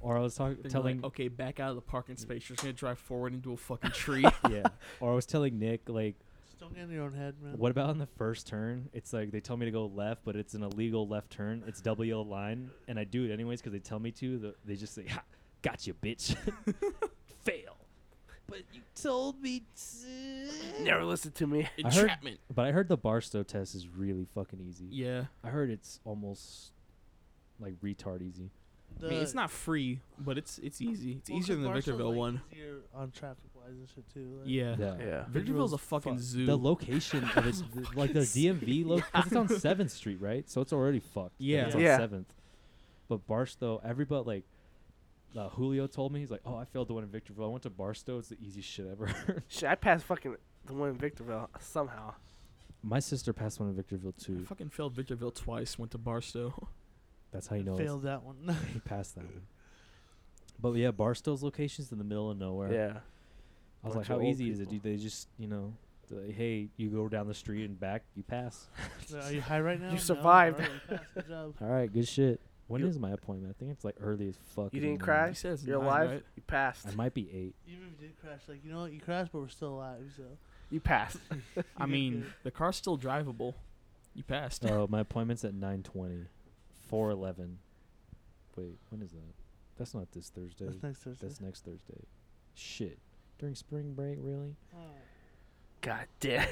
S2: Or I was talking,
S3: Then you're
S2: telling,
S3: like, okay, back out of the parking space. You're just gonna drive forward into a fucking tree.
S2: yeah. Or I was telling Nick like,
S1: Just don't get in your own head, man.
S2: What about on the first turn? It's like they tell me to go left, but it's an illegal left turn. It's double yellow line, and I do it anyways because they tell me to. The, they just say, ha, "Gotcha, bitch." Fail. But you told me to.
S4: Never listen to me.
S2: I heard-
S3: Entrapment.
S2: But I heard the Barstow test is really fucking easy.
S3: Yeah.
S2: I heard it's almost like retard easy.
S1: The,
S3: I mean, it's not free, but it's it's easy. It's
S1: well, 'cause
S3: easier than the
S1: Barstow's,
S3: Victorville
S1: like,
S3: one.
S1: Easier on traffic wise and shit too. Like,
S3: Yeah.
S4: Yeah.
S3: Victorville's a fucking
S2: fucked.
S3: zoo.
S2: The location of it's the- like the DMV lo- 'cause it's on Seventh Street, right? So it's already fucked. that
S3: Yeah.
S2: it's on
S4: Yeah.
S2: Seventh. But Barstow, everybody like uh, Julio told me he's like, oh, I failed the one in Victorville. I went to Barstow. It's the easiest shit ever.
S4: Shit, I passed fucking the one in Victorville somehow.
S2: My sister passed one in Victorville
S3: I
S2: too.
S3: fucking failed Victorville twice. Went to Barstow.
S2: That's how you know it's
S1: failed that one.
S2: he passed that one. But yeah, Barstow's location's in the middle of nowhere.
S4: Yeah.
S2: I was
S4: Bunch
S2: like,
S4: of
S2: how
S4: old
S2: easy is it? Do
S4: people.
S2: they just you know? they- Hey, you go down the street and back, you pass.
S1: So Are you high right now? No,
S4: survived.
S1: alright, you passed. Good job.
S2: All right, good shit. When is
S4: You-
S2: my appointment? I think it's like early as fuck. in
S4: You
S2: the
S4: didn't
S2: morning.
S4: cry?
S3: He says
S4: You're
S3: nine,
S4: alive.
S3: right?
S4: You passed.
S2: I might be eight.
S1: Even if you did crash, like you know what, you crashed, but we're still alive. So
S4: You passed.
S3: I mean, the car's still drivable. You passed.
S2: Oh, my appointment's at 9:20, 4:11. Wait, when is that? That's not this Thursday.
S1: That's next Thursday.
S2: That's next Thursday. Shit. During spring break, really?
S4: God damn.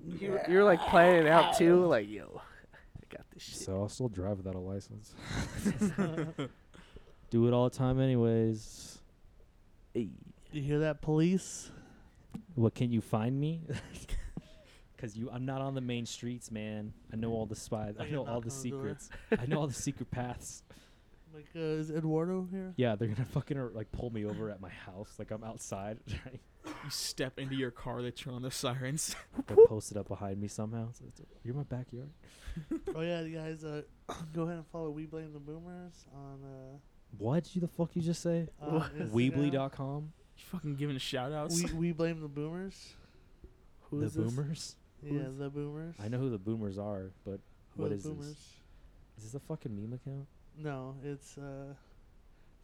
S4: you, were- you were like planning it out too, like yo, I got this shit.
S2: So I'll still drive without a license. Do it all the time, anyways.
S4: Ay.
S1: You hear that, police?
S2: What can you find me? Cause you, I'm not on the main streets, man. I know all the spies.
S1: Oh,
S2: I
S1: you're
S2: know all
S1: not
S2: the
S1: gonna do it.
S2: secrets. I know all the secret paths.
S1: Like, uh, is Eduardo here?
S2: Yeah, they're gonna fucking uh, like pull me over at my house. Like I'm outside. right?
S3: you step into your car that you're on the sirens.
S2: They're posted up behind me somehow. So it's, uh, you're in my backyard.
S1: oh yeah, you guys, uh, go ahead and follow We Blame the Boomers on uh,
S2: What did you the fuck you just say?
S1: on Instagram.
S2: Weebly.com.
S3: You fucking giving shout outs.
S1: We we blame the boomers.
S4: Who
S2: the
S4: is this?
S2: boomers.
S4: Who
S1: yeah,
S4: is-
S1: the boomers.
S2: I know who the boomers are, but
S1: Who are
S2: what
S1: the
S2: is
S1: boomers?
S2: this? Is this a fucking meme account?
S1: No, it's uh,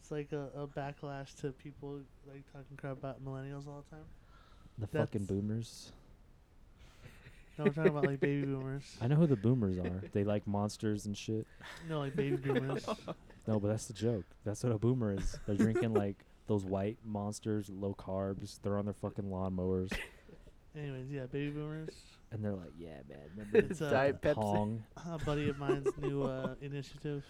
S1: it's like a, a backlash to people like talking crap about millennials all the time.
S2: The fucking
S1: That's-
S2: boomers.
S1: No, we're talking about like baby boomers.
S2: I know who the boomers are. They like monsters and shit.
S1: No, like baby boomers.
S2: No, but that's the joke. That's what a boomer is. They're drinking like those white monsters, low carbs. They're on their fucking lawnmowers,
S1: Anyways, yeah, baby boomers.
S2: and they're like, "Yeah, man, remember
S1: It's, uh,
S4: Diet
S2: the
S4: Pepsi.
S2: Pong?"
S1: A buddy of mine's new uh, initiative.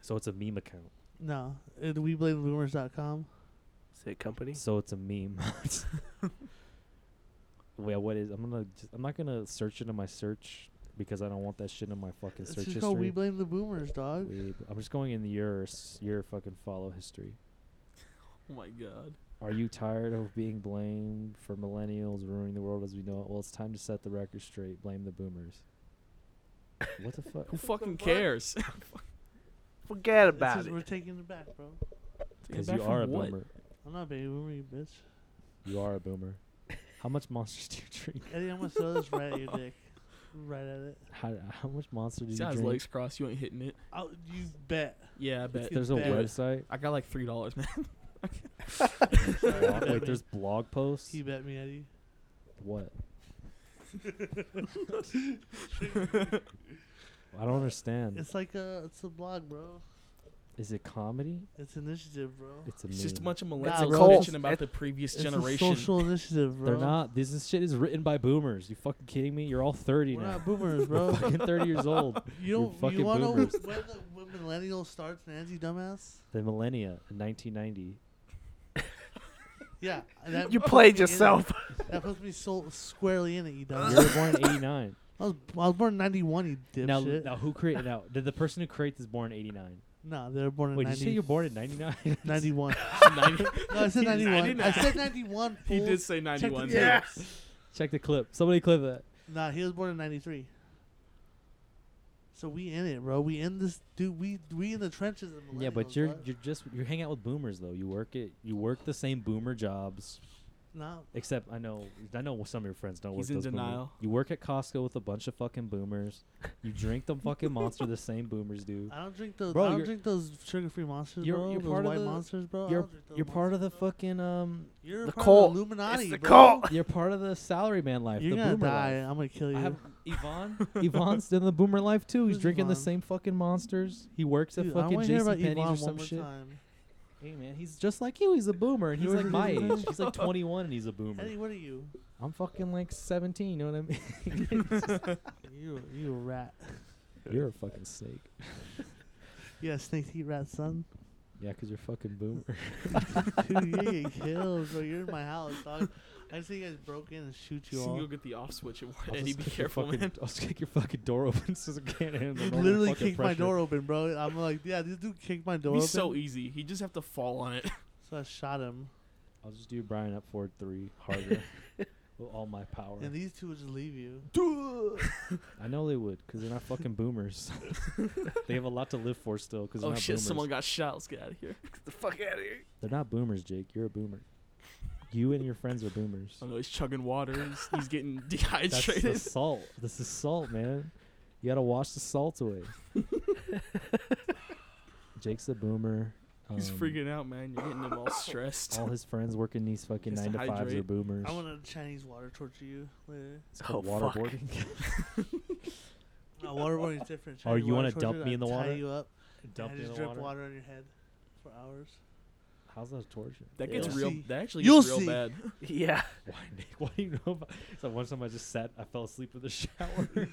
S2: So it's a meme account.
S1: No, it, we blame the boomers.com.
S4: Is it a company?
S2: So it's a meme. Well, yeah, what is? I'm gonna. Just, I'm not gonna search it in my search because I don't want that shit in my fucking
S1: It's
S2: search
S1: just
S2: history.
S1: called We Blame the Boomers, dog.
S2: Weeb. I'm just going in your s- your fucking follow history.
S3: Oh my god.
S2: Are you tired of being blamed for millennials ruining the world as we know it? Well, it's time to set the record straight. Blame the boomers. What the fuck?
S3: Who fucking cares?
S4: Forget
S1: It
S4: about
S1: says
S4: it.
S1: we're taking it back, bro.
S2: Because
S3: Back
S2: you
S3: from
S2: are a
S3: what?
S2: boomer.
S1: I'm not a baby boomer, you bitch.
S2: You are a boomer. How much monsters do you drink?
S1: Eddie, I'm gonna throw this right at your dick. Right at it.
S2: How, how much monster do you
S3: See how his
S2: drink?
S3: legs crossed. You ain't hitting it.
S1: Oh, you bet.
S3: Yeah, I bet.
S2: There's a
S1: bad.
S2: website.
S3: I got like three dollars, man.
S2: blog-
S1: Sorry.
S2: wait, there's blog posts.
S1: He bet me, Eddie.
S2: What? I don't understand.
S1: It's like a, it's a blog, bro.
S2: Is it comedy?
S1: It's initiative, bro.
S2: It's a
S3: It's just a
S2: meme.
S3: bunch of
S1: Nah,
S3: millennials
S1: bro.
S3: bitching about
S4: It's-
S3: the previous
S1: It's
S3: generation.
S1: a social initiative, bro.
S2: They're not. This, this shit is written by boomers. You fucking kidding me? You're all 30
S1: We're
S2: now.
S1: not boomers, bro.
S2: fucking 30 years old.
S1: you
S2: You're
S1: don't.
S2: fucking
S1: You want to know when
S2: boomers.
S1: the when millennial starts, Nancy, dumbass?
S2: The millennia in 1990.
S1: Yeah. and that
S4: You
S1: puts
S4: played
S1: me in it.
S4: yourself.
S1: That puts me so squarely in it, you
S2: You
S1: dumbass.
S2: were born in 89.
S1: I was I was born in '91, you
S2: now,
S1: dipshit.
S2: now who created? Now, did the person who created this born in 89?
S1: No, they were born in
S2: Wait,
S1: 90,
S2: did you say you're born in 99?
S1: 91.
S3: Ninety-
S1: No, I said
S3: He's- I
S1: 91.
S3: didn't-
S1: I, said 91.
S3: he
S1: fool.
S3: did say
S1: Check the
S3: 91.
S1: tape.
S4: Yeah.
S2: Check the clip. Somebody clip that.
S1: Nah, he was born in 93. So we in it, bro. We in this, dude. We we in the trenches. Of
S2: Yeah,
S1: millennials,
S2: but you're
S1: dog.
S2: you're just you hang out with boomers though. You work it. You work the same boomer jobs.
S1: Nah,
S2: Except I know I know some of your friends don't work.
S3: He's in
S2: those boomer-
S3: denial.
S2: You work at Costco with a bunch of fucking boomers. You drink the fucking monster the same boomers do.
S1: I don't drink those.
S2: Bro,
S1: I don't
S2: you're-
S1: drink those sugar-free monsters,
S2: you're-
S1: bro.
S2: you're
S1: those
S2: part of
S1: white
S2: the-
S1: monsters, bro. I
S2: You're
S1: don't drink those
S2: you're part of the
S1: monsters,
S2: fucking um.
S1: bro. You're
S4: The
S1: part
S4: cult.
S1: of the Illuminati,
S4: It's the
S1: bro.
S4: cult.
S2: You're part of the salary man life.
S1: You're
S2: the
S1: gonna
S2: boomer
S1: die.
S2: Life.
S1: I'm gonna kill you.
S2: I have Yvonne. Yvonne's in the boomer life too. He's
S1: Who's
S2: drinking the
S1: Yvonne?
S2: same fucking monsters. He works at
S1: Dude, I
S2: fucking
S1: wanna hear
S2: Jason
S1: about
S2: Penney's
S1: Yvonne
S2: or
S1: one
S2: some
S1: more
S2: shit.
S1: time.
S2: Hey man, he's just like you. He's a boomer, and he's like my age. He's like 21, and he's a boomer.
S1: Eddie, what are you?
S2: I'm fucking like 17. You know what I mean?
S1: You you a rat?
S2: You're a fucking snake.
S1: Yeah, snakes eat rats, son.
S2: Yeah, because you're fucking boomer.
S1: Dude, you're getting killed, bro. You're in my house, dog. I see you guys broke in and shoot you
S3: You can
S1: all.
S3: go get the off switch at
S2: I'll
S3: Eddie.
S2: just
S3: be
S2: kick your
S3: careful,
S2: fucking,
S3: man.
S2: I'll just kick your fucking door open so I can't handle
S1: You
S2: normal
S1: literally
S2: fucking
S1: kicked my
S2: pressure.
S1: door open, bro. I'm like, yeah, this dude kicked my door
S3: Be
S1: open.
S3: so easy. He just have to fall on it.
S2: e-
S1: So I shot him,
S2: I'll just do Brian up forward three harder with all my power.
S1: and these two would just leave you.
S2: I know they would because they're not fucking boomers. they have a lot to live for still because they're
S3: oh
S2: not
S3: shit!
S2: boomers.
S3: Someone got shot. Let's get out of here.
S4: Get the fuck out of here.
S2: They're not boomers, Jake. You're a boomer. You and your friends are boomers.
S3: I know he's chugging water. He's, he's getting
S2: That's the
S3: dehydrated.
S2: salt. This is salt, man. You gotta wash the salt away. Jake's a boomer.
S3: He's
S2: Um,
S3: freaking out, man. You're getting him all stressed.
S1: Oh.
S2: All his friends working these fucking
S3: Just
S2: nine to fives or
S3: hydrate.
S2: boomers.
S1: I want to Chinese water torture you later.
S2: It's called
S4: Oh, fuck.
S2: waterboarding.
S1: No, waterboarding is different.
S2: Oh,
S1: Chinese
S2: you
S1: water
S2: wanna dump
S1: torture is
S2: me in
S1: I
S2: the
S1: tie
S2: water?
S1: you up
S2: Dump
S1: and I
S2: in
S1: just
S2: the
S1: drip
S2: water.
S1: water on your head for hours.
S2: How's that torture?
S3: that gets
S4: You'll
S3: real.
S1: see.
S3: That actually
S1: You'll
S3: gets real
S1: see.
S3: bad.
S4: Yeah.
S2: Why, Nick? Why do you know about? So one time I just sat, I fell asleep in the shower.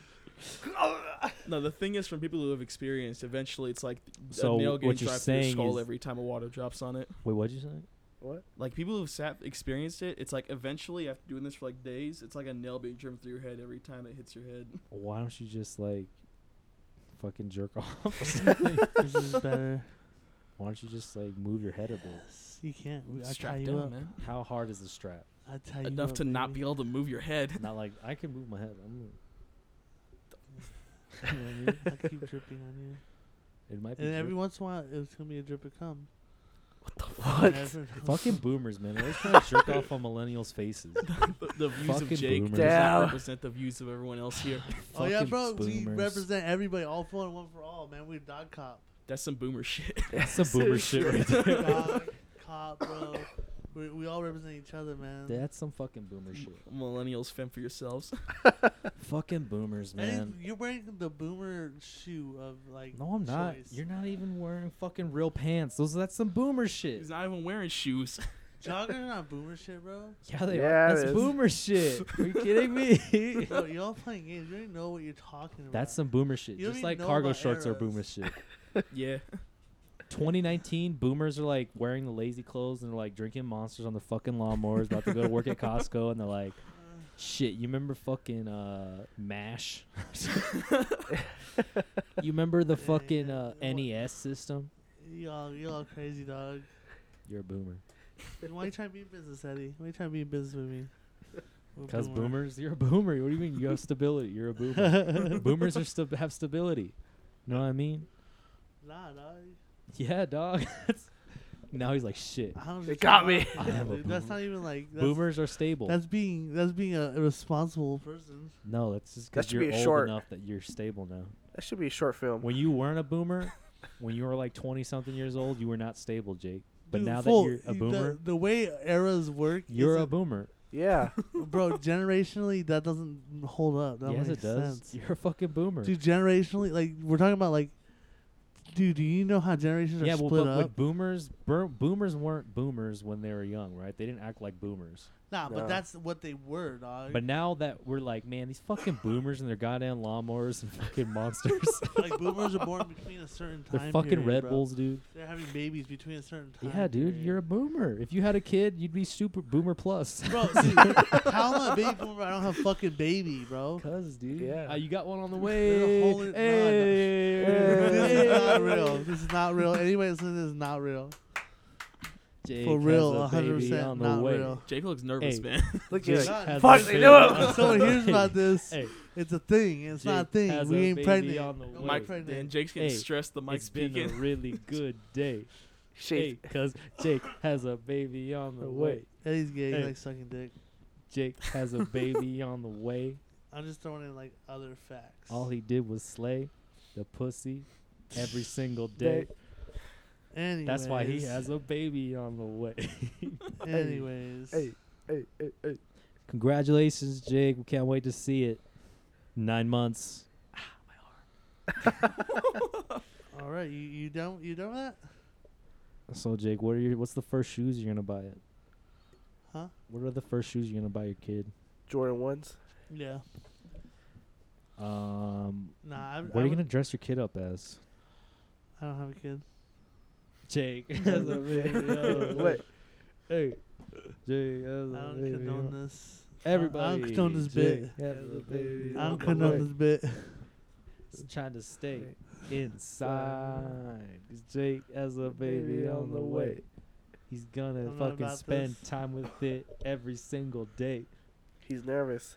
S3: No, the thing is, from people who have experienced, eventually it's like
S2: So
S3: a nail
S2: what
S3: getting
S2: you're
S3: drive through your
S2: saying
S3: skull
S2: is-
S3: every time a water drops on it.
S2: Wait, what'd you say?
S4: What?
S3: Like people who've sat experienced it, it's like eventually after doing this for like days, it's like a nail being driven through your head every time it hits your head.
S2: Why don't you just like fucking jerk off?
S1: this is better.
S2: Why don't you just like move your head a bit?
S1: You can't. I tie
S3: Strapped
S1: you
S3: down,
S1: up.
S3: man.
S2: How hard is the strap?
S1: I tie you
S3: Enough
S1: up,
S3: to not
S1: baby.
S3: be able to move your head.
S2: Not like I can move my head. I'm,
S1: You know what I mean? I keep dripping on you.
S2: it might be
S1: And every
S2: everyone
S1: once in a while, it's gonna be a drip of cum.
S4: What?
S1: Never know.
S2: fucking boomers, man. They're always trying to jerk off on millennials' faces.
S3: the, the views of
S2: Fucking
S3: Jake
S2: boomers.
S3: does not
S4: Damn.
S3: represent the views of everyone else here.
S1: Oh yeah,
S2: Fucking
S1: bro. We
S2: boomers.
S1: represent everybody, all for one, one for all, man. We're dog cop,
S3: That's some boomer shit.
S2: That's some boomer shit right there.
S1: dog cop, bro. We we all represent each other, man.
S2: That's some fucking boomer shit.
S3: Millennials, fend for yourselves.
S2: fucking boomers,
S1: And
S2: man.
S1: it- you're wearing the boomer shoe of like.
S2: No, I'm not.
S1: choice.
S2: You're not even wearing fucking real pants. Those that's some boomer shit.
S3: He's not even wearing shoes.
S1: joggers are not boomer shit, bro.
S2: Yeah, they
S4: Yeah,
S2: are.
S4: it
S2: That's
S4: is.
S2: boomer shit. Are you kidding me?
S1: Bro, y'all playing games. You don't even know what you're talking about.
S2: that's some boomer shit.
S1: You don't
S2: Just
S1: even
S2: like
S1: know
S2: cargo
S1: about
S2: shorts are
S1: eras.
S2: boomer shit.
S3: yeah.
S2: 2019, boomers are like wearing the lazy clothes and they're like drinking monsters on their fucking lawnmowers, about to go to work at Costco, and they're like, "Shit, you remember fucking uh, Mash? you remember the
S1: Yeah, yeah.
S2: fucking uh,
S1: What-
S2: NES system?
S1: y'all. Y'all crazy, dog.
S2: You're a boomer.
S1: Why you trying to be in business, Eddie? Why you trying to be in business with me? We're
S2: Because
S1: boomer.
S2: boomers, you're a boomer. What do you mean you have stability? You're a boomer. boomers are sta- have stability. know what I mean?
S1: Nah, dog.
S2: Yeah, dog. now he's like, shit.
S1: I don't
S4: They
S1: understand
S4: got
S1: how-
S4: me.
S1: Yeah,
S2: I am a
S1: dude, that's not even like Ah, that's,
S2: boomers are stable.
S1: That's being that's being a irresponsible person.
S2: no, that's just
S4: That
S2: because
S4: should be
S2: you're
S4: a
S2: old
S4: short.
S2: enough that you're stable now.
S4: That should be a short film.
S2: When you weren't a boomer, when you were like 20 something years old, you were not stable, Jake. But
S1: Dude,
S2: now
S1: full-
S2: that you're a
S1: the-
S2: boomer,
S1: the, way eras work,
S2: you're a
S1: isn't-
S2: boomer.
S4: yeah.
S1: bro. Generationally, that doesn't hold up. That
S2: yes,
S1: makes
S2: it does.
S1: sense.
S2: You're a fucking boomer.
S1: Dude, generationally, like we're talking about, like, dude, do you know how generations
S2: yeah,
S1: are
S2: well,
S1: split
S2: but
S1: up?
S2: with boomers, bur- boomers weren't boomers when they were young, right? They didn't act like boomers.
S1: Nah,
S4: No.
S1: but that's what they were, dog.
S2: But now that we're like, man, these fucking boomers and their goddamn lawnmowers and fucking monsters,
S1: like boomers are born between a certain time.
S2: they're fucking
S1: period,
S2: Red
S1: bro.
S2: Bulls, dude.
S1: They're having babies between a certain time.
S2: Yeah, dude,
S1: period.
S2: you're a boomer. If you had a kid, you'd be super boomer plus.
S1: Bro, dude, how am I a baby boomer? I don't have a fucking baby, bro.
S2: Cuz, dude.
S4: Yeah.
S2: Uh, you got one on the
S1: There's a
S2: way.
S1: hole in-
S2: hey.
S1: This is not
S2: Hey.
S1: real. This is not real. Anyway, this is not real.
S2: Jake
S1: For real,
S2: has a baby
S1: 100%
S2: on the
S1: not
S2: way.
S1: real.
S3: Jake looks nervous,
S2: Hey.
S3: man.
S4: Look
S2: Jake
S4: at
S1: Fuck,
S2: has a baby
S4: they knew it.
S2: on the
S1: Someone hears
S2: way.
S1: about this.
S2: Hey,
S1: It's a thing. It's
S2: Jake
S1: not a thing.
S2: has
S1: We
S2: a
S1: ain't
S2: baby
S1: pregnant.
S2: on the
S1: Nobody's
S2: way.
S3: Mike,
S1: pregnant.
S3: then Jake's getting
S2: Hey,
S3: stressed. The mic's
S2: it's been a
S3: peeking.
S2: really good day. Hey,
S4: Shit.
S2: cuz Jake has a baby on the
S1: Oh,
S2: way.
S1: Eddie's gay.
S2: Hey.
S1: He likes sucking dick.
S2: Jake has a baby on the way.
S1: I'm just throwing in like other facts.
S2: All he did was slay the pussy every single day.
S1: Anyways,
S2: That's why he has a baby on the way.
S1: Anyways,
S4: Hey, hey, hey, hey.
S2: Congratulations, Jake. We can't wait to see it. Nine months.
S1: all right. You you done you done with that?
S2: So Jake, what are your what's the first shoes you're gonna buy it?
S1: Huh?
S2: What are the first shoes you're gonna buy your kid?
S4: Jordan ones.
S1: Yeah.
S2: Um
S1: Nah. I,
S2: what
S1: I,
S2: are you
S1: would-
S2: gonna dress your kid up as?
S1: I don't have a kid.
S2: Jake.
S4: Wait.
S2: Hey. Jake
S1: I don't condone this.
S2: Everybody
S1: I don't condone this bit. I
S4: on
S1: don't
S4: the
S1: condone
S4: way.
S1: this bit.
S2: trying to stay inside. 'Cause Jake has a baby on the way. He's gonna
S1: I'm not
S2: fucking
S1: about
S2: spend
S1: this.
S2: time with it every single day.
S4: He's nervous.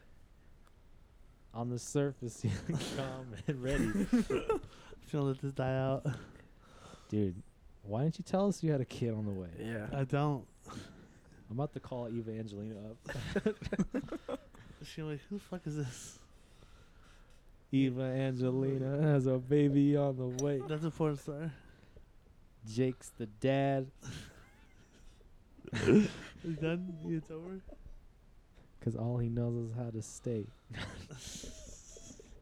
S2: On the surface, he's calm and ready.
S1: I'm just gonna let this die out.
S2: Dude, why didn't you tell us you had a kid on the way?
S4: Yeah.
S1: I don't.
S2: I'm about to call Eva Angelina up.
S1: She's like, who the fuck is this?
S2: Eva Angelina has a baby on the way.
S1: That's a porn star.
S2: Jake's the dad
S1: You done? It's over.
S2: because all he knows is how to stay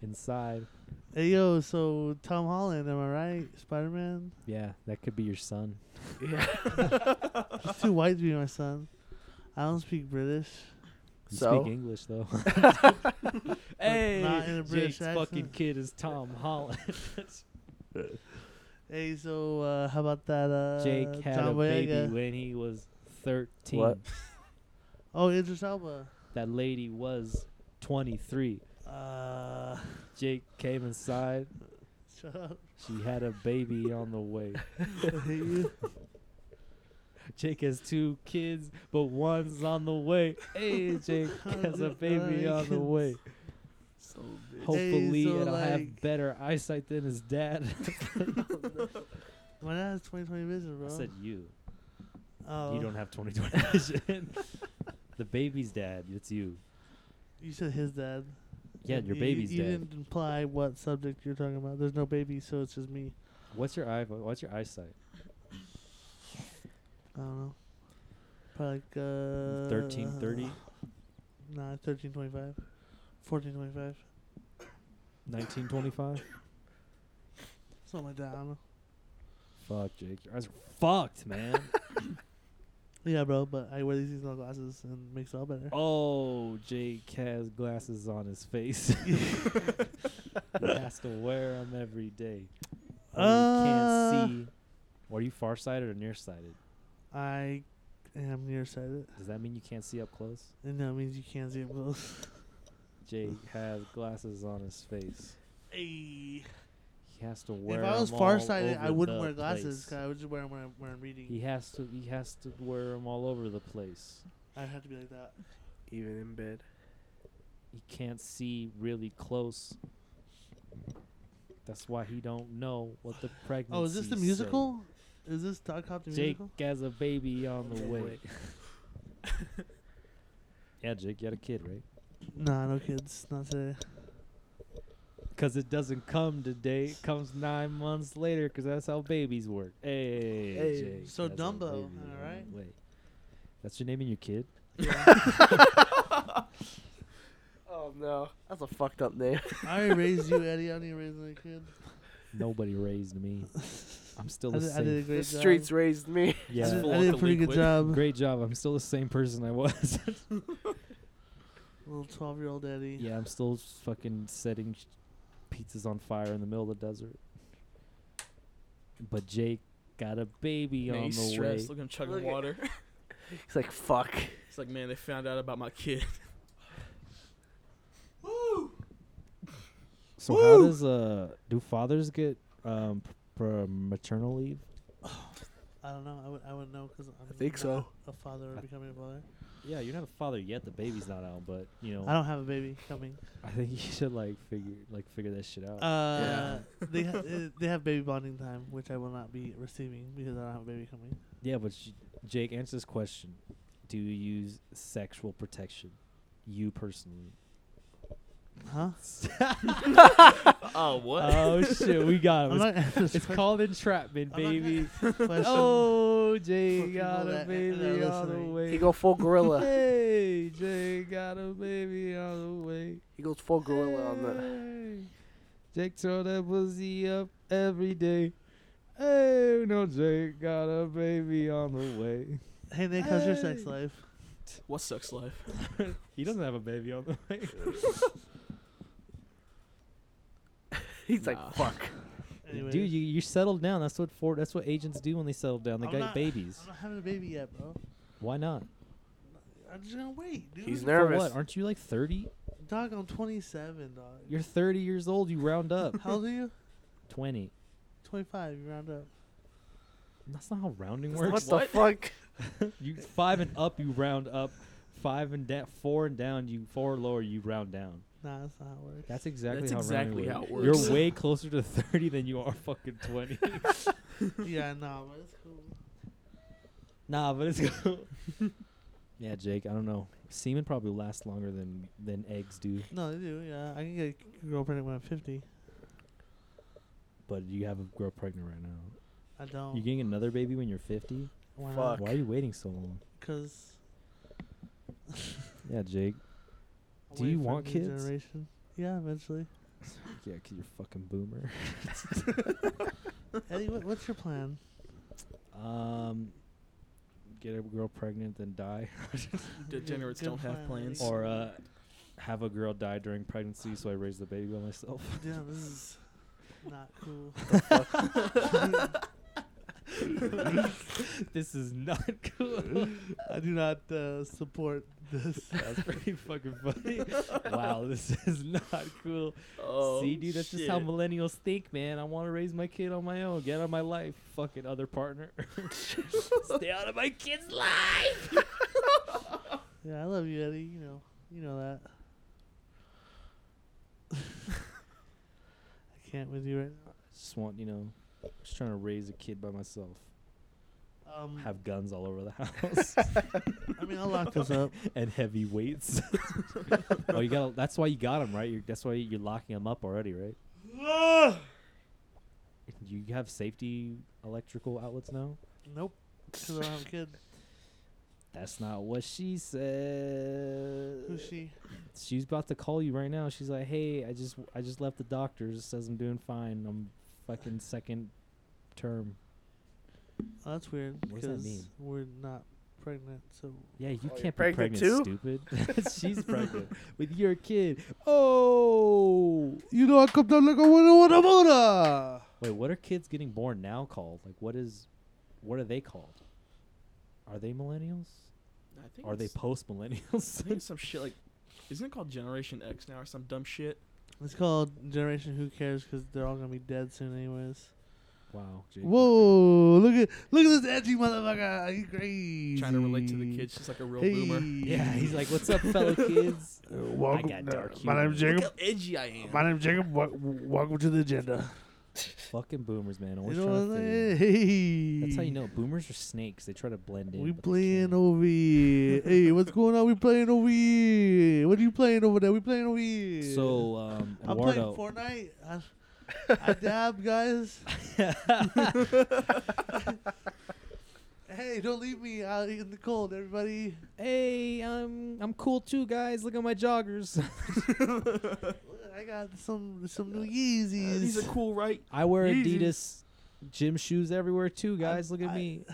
S2: inside.
S1: Hey yo, so Tom Holland, am I right? Spider Man.
S2: Yeah, that could be your son.
S4: Yeah.
S1: He's too white to be my son. I don't speak British.
S2: You
S4: So?
S2: speak English though.
S1: but not
S2: hey,
S1: in a British
S2: Jake's fucking
S1: accent.
S2: kid is Tom Holland.
S1: Hey, so uh, how about that? Uh,
S2: Jake had
S1: John
S2: a baby
S1: Boyega?
S2: when he was thirteen.
S4: What?
S1: Oh, Idris Elba.
S2: That lady was twenty-three.
S1: Uh,
S2: Jake came inside.
S1: shut up.
S2: She had a baby on the way.
S1: I hate you.
S2: Jake has two kids, but one's on the way. Hey, Jake has a baby on the way.
S3: So bitch.
S2: Hopefully,
S1: so,
S2: it'll have
S1: like-
S2: better eyesight than his dad.
S1: My dad has 20/20 vision, bro.
S2: I said you.
S1: oh,
S2: You don't have 20/20 vision. the baby's dad. It's you.
S1: You said his dad.
S2: Yeah, your
S1: You-
S2: baby's
S1: you, you
S2: dad.
S1: didn't imply what subject you're talking about. There's no baby, so it's just me.
S2: What's your eye? What's your eyesight?
S1: I don't know. Probably like uh,
S2: Thirteen thirty.
S1: Nah, 1325. 1425.
S2: 1925?
S1: Something like that. I don't know.
S2: Fuck, Jake. Your eyes are fucked, man.
S1: Yeah, bro, but I wear these seasonal glasses and it makes it all better.
S2: oh, Jake has glasses on his face. he has to wear them every day. Or
S1: Uh,
S2: you can't see. Or are you farsighted or nearsighted?
S1: I am nearsighted,
S2: Does that mean you can't see up close?
S1: and that means you can't see it close.
S2: Jake has glasses on his face.
S1: Hey.
S2: He has to wear.
S1: If I was
S2: 'em all
S1: farsighted,
S2: over
S1: I wouldn't
S2: the
S1: wear glasses. 'cause
S2: place.
S1: I would just wear them when I'm, when I'm reading.
S2: He has to. He has to wear them all over the place.
S1: I'd have to be like that.
S4: Even in bed.
S2: He can't see really close. That's why he don't know what the pregnancy.
S1: Oh, is this the musical? Is this Dog Cop the
S2: Jake
S1: musical?
S2: has a baby on the
S4: the
S2: way.
S4: way.
S2: yeah, Jake, you had a kid, right?
S1: Nah, no kids, not today.
S2: Because it doesn't come today. It comes nine months later because that's how babies work. Hey,
S4: Hey.
S2: Jake.
S1: So
S2: has a
S1: Dumbo,
S2: baby
S1: am I
S2: on the
S1: right?
S2: way. That's your name and your kid?
S4: Oh no, that's a fucked up name.
S1: I already raised you, Eddie. I don't need to raise another kid.
S2: Nobody raised me. I'm still
S1: I
S2: the
S1: did, I did a
S2: same.
S1: great
S4: the
S1: job.
S4: streets raised me.
S1: I
S2: Yeah,
S1: did,
S3: Full
S1: I did a
S3: of
S1: pretty good
S3: liquid.
S1: job.
S2: great job. I'm still the same person I was.
S1: Little twelve-year-old Eddie.
S2: yeah, I'm still fucking setting sh- pizzas on fire in the middle of the desert. But Jake got a baby
S3: Man,
S2: on
S3: he's
S2: the
S3: stressed.
S2: way.
S3: Look at him chugging
S4: Look at-
S3: water.
S4: It's like fuck.
S3: It's like, man, they found out about my kid.
S2: So how does uh do fathers get um p- pr- maternal leave?
S1: I don't know. I would. I would know because I'm.
S4: think
S1: not
S4: so.
S1: A father or becoming a father.
S2: Yeah, you're not a father yet. The baby's not out, but you know,
S1: I
S2: I,
S1: don't have a baby coming.
S2: think you should like figure like figure that shit out.
S1: Uh, they ha- uh, they have baby bonding time, which I will not be receiving because I don't have a baby coming.
S2: yeah, but sh- Jake, answer this question: Do you use sexual protection? You personally?
S1: Huh?
S3: oh, what?
S2: Oh shit, we got
S1: I'm
S2: him. It's,
S1: not answering this
S2: it's called entrapment,
S1: I'm not gonna
S2: baby.
S1: question.
S2: Oh,
S1: for
S2: Jake
S1: people
S2: got a
S1: that- that
S2: baby
S1: are
S2: on the
S1: listening.
S2: way.
S4: He go full gorilla.
S2: Hey, Jake got a baby on the way.
S4: He goes full gorilla on the.
S2: Hey. Jake throw that pussy up every day. Hey, no, Jake got a baby on the way.
S1: Hey Nick, how's your sex
S2: Hey.
S1: life?
S3: What sucks life?
S2: He doesn't have a baby on the way.
S4: He's
S3: Nah.
S4: like fuck.
S1: Anyways,
S2: Dude, you you settled down. That's what for. That's what agents do when they settle down. They
S1: I'm
S2: got
S1: not-
S2: babies.
S1: I'm not having a baby yet, bro.
S2: Why not?
S1: I'm just gonna wait, dude.
S4: He's
S2: For
S4: nervous.
S2: what? Aren't you like thirty?
S1: Dog, I'm 27, dog.
S2: You're thirty years old. You round up.
S1: How old are you?
S2: Twenty.
S1: 25. You round up.
S2: That's not how rounding
S3: That's
S2: works.
S3: not
S4: What the
S3: What?
S4: fuck?
S2: You five and up, you round up. Five and da- four and down, you four or lower, you round down.
S1: Nah, that's not how it works.
S2: That's exactly
S3: That's
S2: how rounding
S3: exactly how it works.
S2: You're way closer to thirty than you are fucking twenty.
S1: yeah, nah, but it's cool.
S2: nah, but it's cool. yeah, Jake. I don't know. Semen probably lasts longer than than eggs do,
S1: No, they do. Yeah, I can get a girl pregnant when I'm 50.
S2: but you have a girl pregnant right now.
S1: I don't.
S2: You're getting another baby when you're 50?
S1: why
S4: Fuck.
S2: Why are you waiting so long?
S1: Because.
S2: Yeah, Jake. Do you want kids?
S1: Generation. Yeah, eventually.
S2: Yeah, because you're a fucking boomer.
S1: Eddie, what, what's your plan?
S2: Um, get a girl pregnant, then die.
S3: Degenerates
S1: Good
S3: don't have
S1: plan, Eddie.
S3: plans.
S2: or uh, have a girl die during pregnancy so I raise the baby by myself.
S1: Damn, this is not cool.
S2: this is not cool.
S1: I do not uh, support this.
S2: That's pretty fucking funny. wow, this is not cool.
S3: oh,
S2: See, dude, that's
S3: shit.
S2: just how millennials think, man. I want to raise my kid on my own. Get out of my life, fucking other partner. Stay out of my kid's life.
S1: Yeah, I love you, Eddie. You know, you know that. I can't with you right
S2: Just want, you know, just trying to raise a kid by myself.
S1: now. Um,
S2: Have guns all over the house
S1: I mean, I'll lock this up.
S2: and heavy weights. oh, you got. to That's why you got him right. You're, that's why you're locking him up already, right? You have safety electrical outlets now.
S1: Nope, because I don't have a kid.
S2: That's not what she said.
S1: Who's she?
S2: She's about to call you right now. She's like, "Hey, I just I just left the doctor's. Says I'm doing fine. I'm fucking second term."
S1: Oh, that's weird.
S2: What does that
S1: Because
S2: mean?
S1: we're not pregnant, so
S2: Yeah, you
S1: Oh,
S4: you're
S2: can't be
S4: pregnant
S2: pregnant,
S4: too?
S2: stupid. She's pregnant with your kid. Oh,
S1: you know I come down like a winner, winner, winner.
S2: wait, what are kids getting born now called? Like, what is, what are they called? Are they millennials?
S3: I think
S2: Are they
S3: it's-
S2: post
S3: I think
S2: millennials?
S3: it's some shit like, isn't it called Generation X now or some dumb shit?
S1: It's called Generation Who Cares because they're all gonna be dead soon, anyways.
S2: wow. Jake.
S1: Whoa! Look at look at this edgy motherfucker. He's crazy.
S3: Trying to relate to the kids, just like a real boomer.
S2: Yeah, he's like, "What's up, fellow kids?"
S1: Uh, welcome.
S2: got dark
S1: my name's
S2: humor.
S3: Look
S1: Jacob.
S3: how edgy I am.
S1: My name's Jacob. Wel- welcome to the agenda.
S2: Fucking boomers, man. Always
S1: You know
S2: trying
S1: what
S2: to
S1: I'm
S2: fit in.
S1: saying? Hey.
S2: That's how you know boomers are snakes. They try to blend in.
S1: We
S2: but they
S1: playing
S2: can't.
S1: over here. hey, what's going on? We playing over here. What are you playing over there? We playing over here.
S2: So um,
S1: I'm
S2: Eduardo,
S1: playing Fortnite. I, I dab, guys. hey, don't leave me out in the cold, everybody.
S2: hey, I'm I'm cool too, guys. Look at my joggers.
S1: Look, I got some some new
S3: Uh,
S1: Yeezys.
S3: these are cool, right?
S2: I wear
S3: Yeezys.
S2: Adidas gym shoes everywhere too, guys. Look at
S1: I-
S2: me.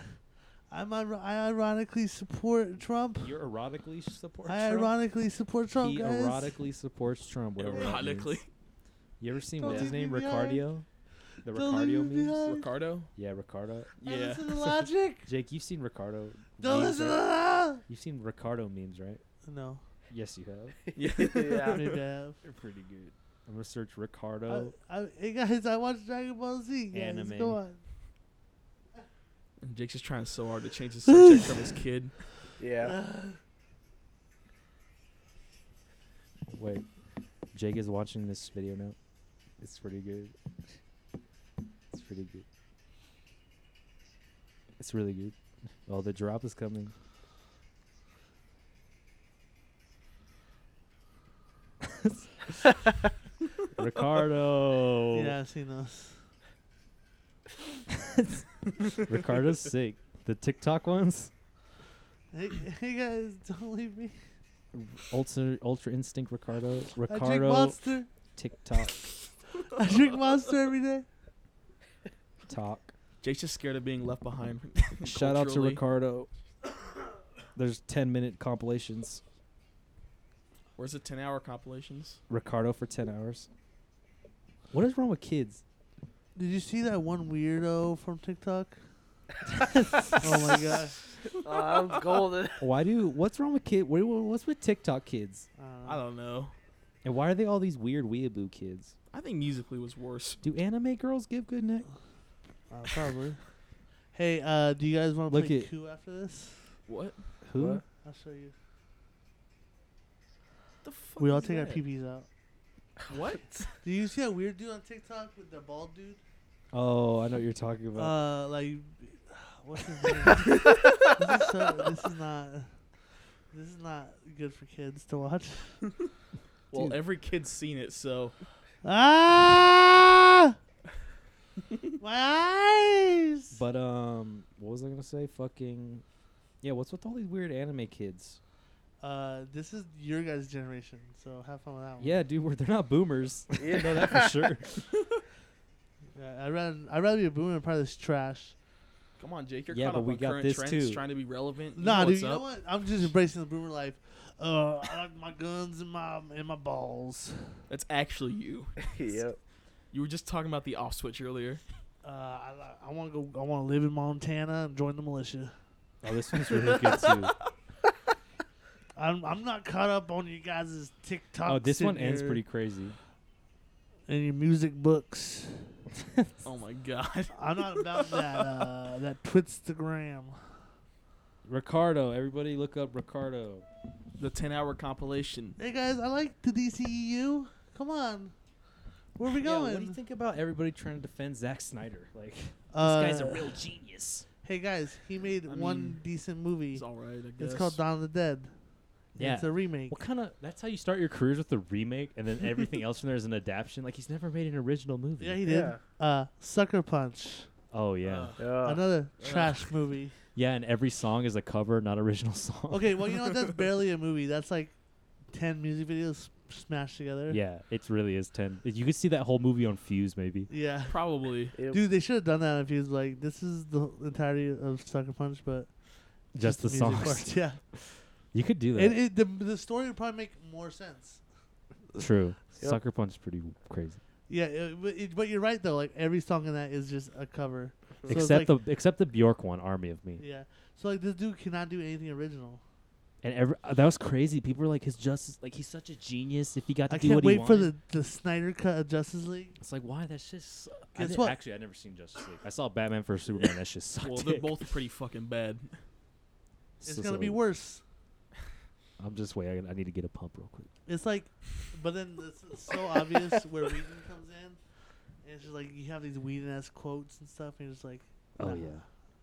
S1: I'm ir- I ironically support Trump.
S2: You're erotically support
S1: I ironically support Trump,
S2: he
S1: guys.
S2: erotically supports Trump. Whatever that
S3: Ironically.
S2: means. You ever seen
S1: Don't
S2: what's his name?
S1: leave me behind.
S2: Ricardio. The
S1: Don't leave
S2: Ricardio
S1: me
S2: memes.
S1: behind.
S3: Ricardo?
S2: Yeah, Ricardo.
S1: I
S3: Yeah.
S1: listen to Logic.
S2: Jake, you've seen Ricardo.
S1: Don't
S2: memes,
S1: listen to
S2: right?
S1: that.
S2: You've seen Ricardo memes, right?
S1: No.
S2: Yes, you have.
S3: yeah.
S4: yeah.
S1: Maybe I have.
S2: They're pretty good. I'm gonna search Ricardo.
S1: I, I, hey guys, I watch Dragon Ball Z. Guys,
S2: Anime.
S1: Go on.
S3: And Jake's just trying so hard to change the subject from his kid.
S4: Yeah.
S2: Wait, Jake is watching this video now. It's pretty good. It's pretty good. It's really good. Oh, the drop is coming. Ricardo.
S1: Yeah, I've seen those.
S2: Ricardo's sick. The TikTok ones.
S1: Hey, hey guys, don't leave me.
S2: Ultra Ultra Instinct Ricardo.
S1: I drink
S2: Ricardo
S1: Monster.
S2: TikTok
S1: I drink Monster every day.
S2: talk.
S3: Jake's just scared of being left behind.
S2: Shout out to
S3: culturally.
S2: Ricardo. There's 10 minute compilations.
S3: Where's the 10 hour compilations?
S2: Ricardo for 10 hours. What is wrong with kids?
S1: Did you see that one weirdo from TikTok? oh my god.
S4: Uh, I'm golden.
S2: Why do what's wrong with kid? What, what's with TikTok kids?
S3: I don't know.
S2: And why are they all these weird weeaboo kids?
S3: I think musically was worse.
S2: Do anime girls give good neck?
S1: Uh, probably. hey, uh, do you guys want to
S2: Look
S1: play
S2: at-
S1: coup after this?
S3: What
S2: Who?
S4: What?
S1: I'll show you.
S3: the fuck?
S1: We all
S3: is
S1: take our
S3: that?
S1: PPs out.
S3: What?
S1: Do you see that weird dude on TikTok with the bald dude?
S2: Oh, I know what you're talking about.
S1: Uh, like, what's his name? this, is so, this is not. This is not good for kids to watch.
S3: Well,
S2: Dude.
S3: every kid's seen it, so
S1: Ah! My eyes.
S2: But um, what was I gonna say? Fucking, yeah. What's with all these weird anime kids?
S1: uh, this is your guys' generation, so have fun with that one.
S2: Yeah, dude, we're, they're not boomers. I know Oh, that for sure.
S1: Yeah, I'd rather I'd rather be a boomer than part of this trash.
S3: Come on, Jake. You're
S2: Yeah,
S3: caught
S2: but
S3: up
S2: we
S3: on
S2: got
S3: current
S2: this
S3: trends,
S2: too.
S3: trying to be relevant. You
S1: Nah,
S3: know
S1: dude,
S3: what's
S1: you know
S3: up.
S1: what? I'm just embracing the boomer life. Uh, I like my guns and my and my balls.
S3: That's actually you.
S4: yep.
S3: You were just talking about the off switch earlier.
S1: Uh, I li- I want to go. I want to live in Montana and join the militia.
S2: Oh, this one's really good too.
S1: I'm I'm not caught up on you guys' TikTok.
S2: Oh, this one
S1: and
S2: ends
S1: your-
S2: pretty crazy.
S1: And your music books.
S3: Oh my god.
S1: I'm not about that uh, that Twitstagram.
S2: Ricardo, everybody, look up Ricardo.
S3: The 10 hour compilation.
S1: Hey guys, I like the DCEU. Come on, where are we going?
S2: what do you think about everybody trying to defend Zack Snyder? Like, this
S1: Uh,
S2: guy's a real genius.
S1: Hey guys, he made
S3: I
S1: one
S3: mean,
S1: decent movie.
S3: It's alright, I guess.
S1: It's called Dawn of the Dead.
S2: Yeah.
S1: It's a remake.
S2: What kind of? That's how you start your careers with a remake, and then everything else from there is an adaptation. Like he's never made an original movie.
S1: Yeah, he Uh. did. Uh, Sucker Punch.
S2: oh yeah,
S3: Ugh.
S4: Yeah.
S1: Another
S3: Ugh.
S1: trash movie.
S2: yeah. And every song is a cover, not original song.
S1: Okay, well, you know what? That's barely a movie. That's like 10 music videos smashed together.
S2: Yeah, it really is ten. You could see that whole movie on Fuse, maybe.
S1: Yeah.
S3: Probably.
S4: Yep.
S1: Dude, they should have done that if he was like, this is the entirety of Sucker Punch, but.
S2: Just the
S1: music
S2: songs.
S1: parts. Yeah.
S2: You could do that.
S1: And it, the, the story would probably make more sense.
S2: True.
S4: Yep.
S2: Sucker Punch is pretty crazy.
S1: Yeah, it, but, it, but you're right, though. Like, every song in that is just a cover. So it's
S2: except
S1: like-
S2: the except the Bjork one, Army of Me.
S1: Yeah. So, like, this dude cannot do anything original.
S2: And every, uh, that was crazy. People were like, his justice, like he's such a genius. If he got to
S1: I
S2: do
S1: can't
S2: what
S1: wait
S2: he wanted.
S1: for the, the Snyder cut of Justice League.
S2: It's like why that shit. Su- I
S1: Guess
S2: didn't-
S1: what?
S2: Actually, I never seen Justice League. I saw Batman vs Superman. That shit sucked.
S3: Well, they're
S2: dick.
S3: both pretty fucking bad.
S1: It's
S2: So-
S1: gonna be
S2: so-
S1: worse.
S2: I'm just waiting. I need to get a pump real quick.
S1: It's like, but then it's it's so obvious where Whedon comes in. And it's just like you have these Whedon ass quotes and stuff, and you're just like,
S2: Oh
S1: nah,
S2: yeah,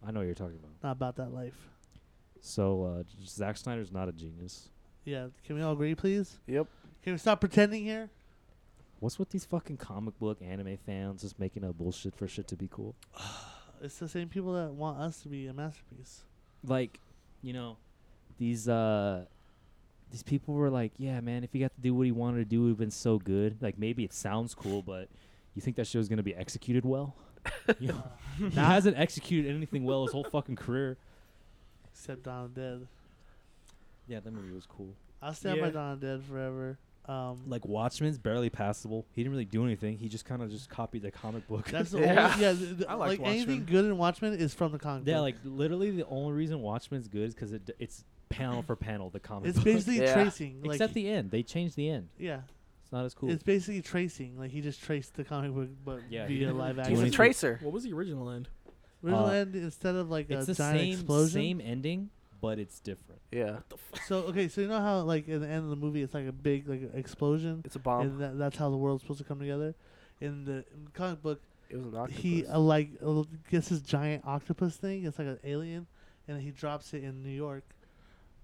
S2: I know what you're talking about.
S1: not about that life.
S2: So uh, J- Zack Snyder's not a genius.
S1: Yeah, can we all agree, please?
S4: Yep.
S1: Can we stop pretending here?
S2: What's with these fucking comic book anime fans just making up bullshit for shit to be cool?
S1: Uh, It's the same people that want us to be a masterpiece.
S2: Like, you know, these uh, these people were like, "Yeah, man, if he got to do what he wanted to do, it would have been so good." Like, maybe it sounds cool, but you think that shit was gonna be executed well? You know, he hasn't executed anything well his whole fucking career.
S1: Except Dawn of the Dead.
S2: Yeah, that movie was cool.
S1: I'll stand by
S3: Yeah.
S1: Dawn of the Dead forever. Um,
S2: Like Watchmen's barely passable. He didn't really do anything. He just kind of just copied the comic book.
S1: that's the
S4: Yeah.
S1: only yeah. th- th-
S3: I
S1: like
S3: liked
S1: anything
S3: Watchmen.
S1: good in Watchmen is from the comic.
S2: Yeah,
S1: book.
S2: like literally the only reason Watchmen's good is because it d- it's panel for panel the comic
S1: it's
S2: book.
S1: basically
S4: Yeah.
S1: tracing. Like,
S2: Except the end, they changed the end.
S1: yeah,
S2: It's not as cool.
S1: It's basically tracing. Like he just traced the comic book, but
S2: Yeah, he
S1: via
S2: didn't
S1: live
S2: do
S1: action.
S4: He's a
S2: anything.
S4: tracer.
S3: What was the original end?
S1: Original
S2: Uh,
S1: end instead of like
S2: It's
S1: a
S2: the
S1: giant
S2: same
S1: explosion.
S2: same ending, but it's different.
S4: Yeah.
S1: So okay, so you know how like in the end of the movie it's like a big like explosion,
S4: It's a bomb.
S1: and that, that's how the world's supposed to come together. In the in the comic book,
S4: It was an octopus.
S1: he uh, like uh, gets this giant octopus thing. It's like an alien, and he drops it in New York.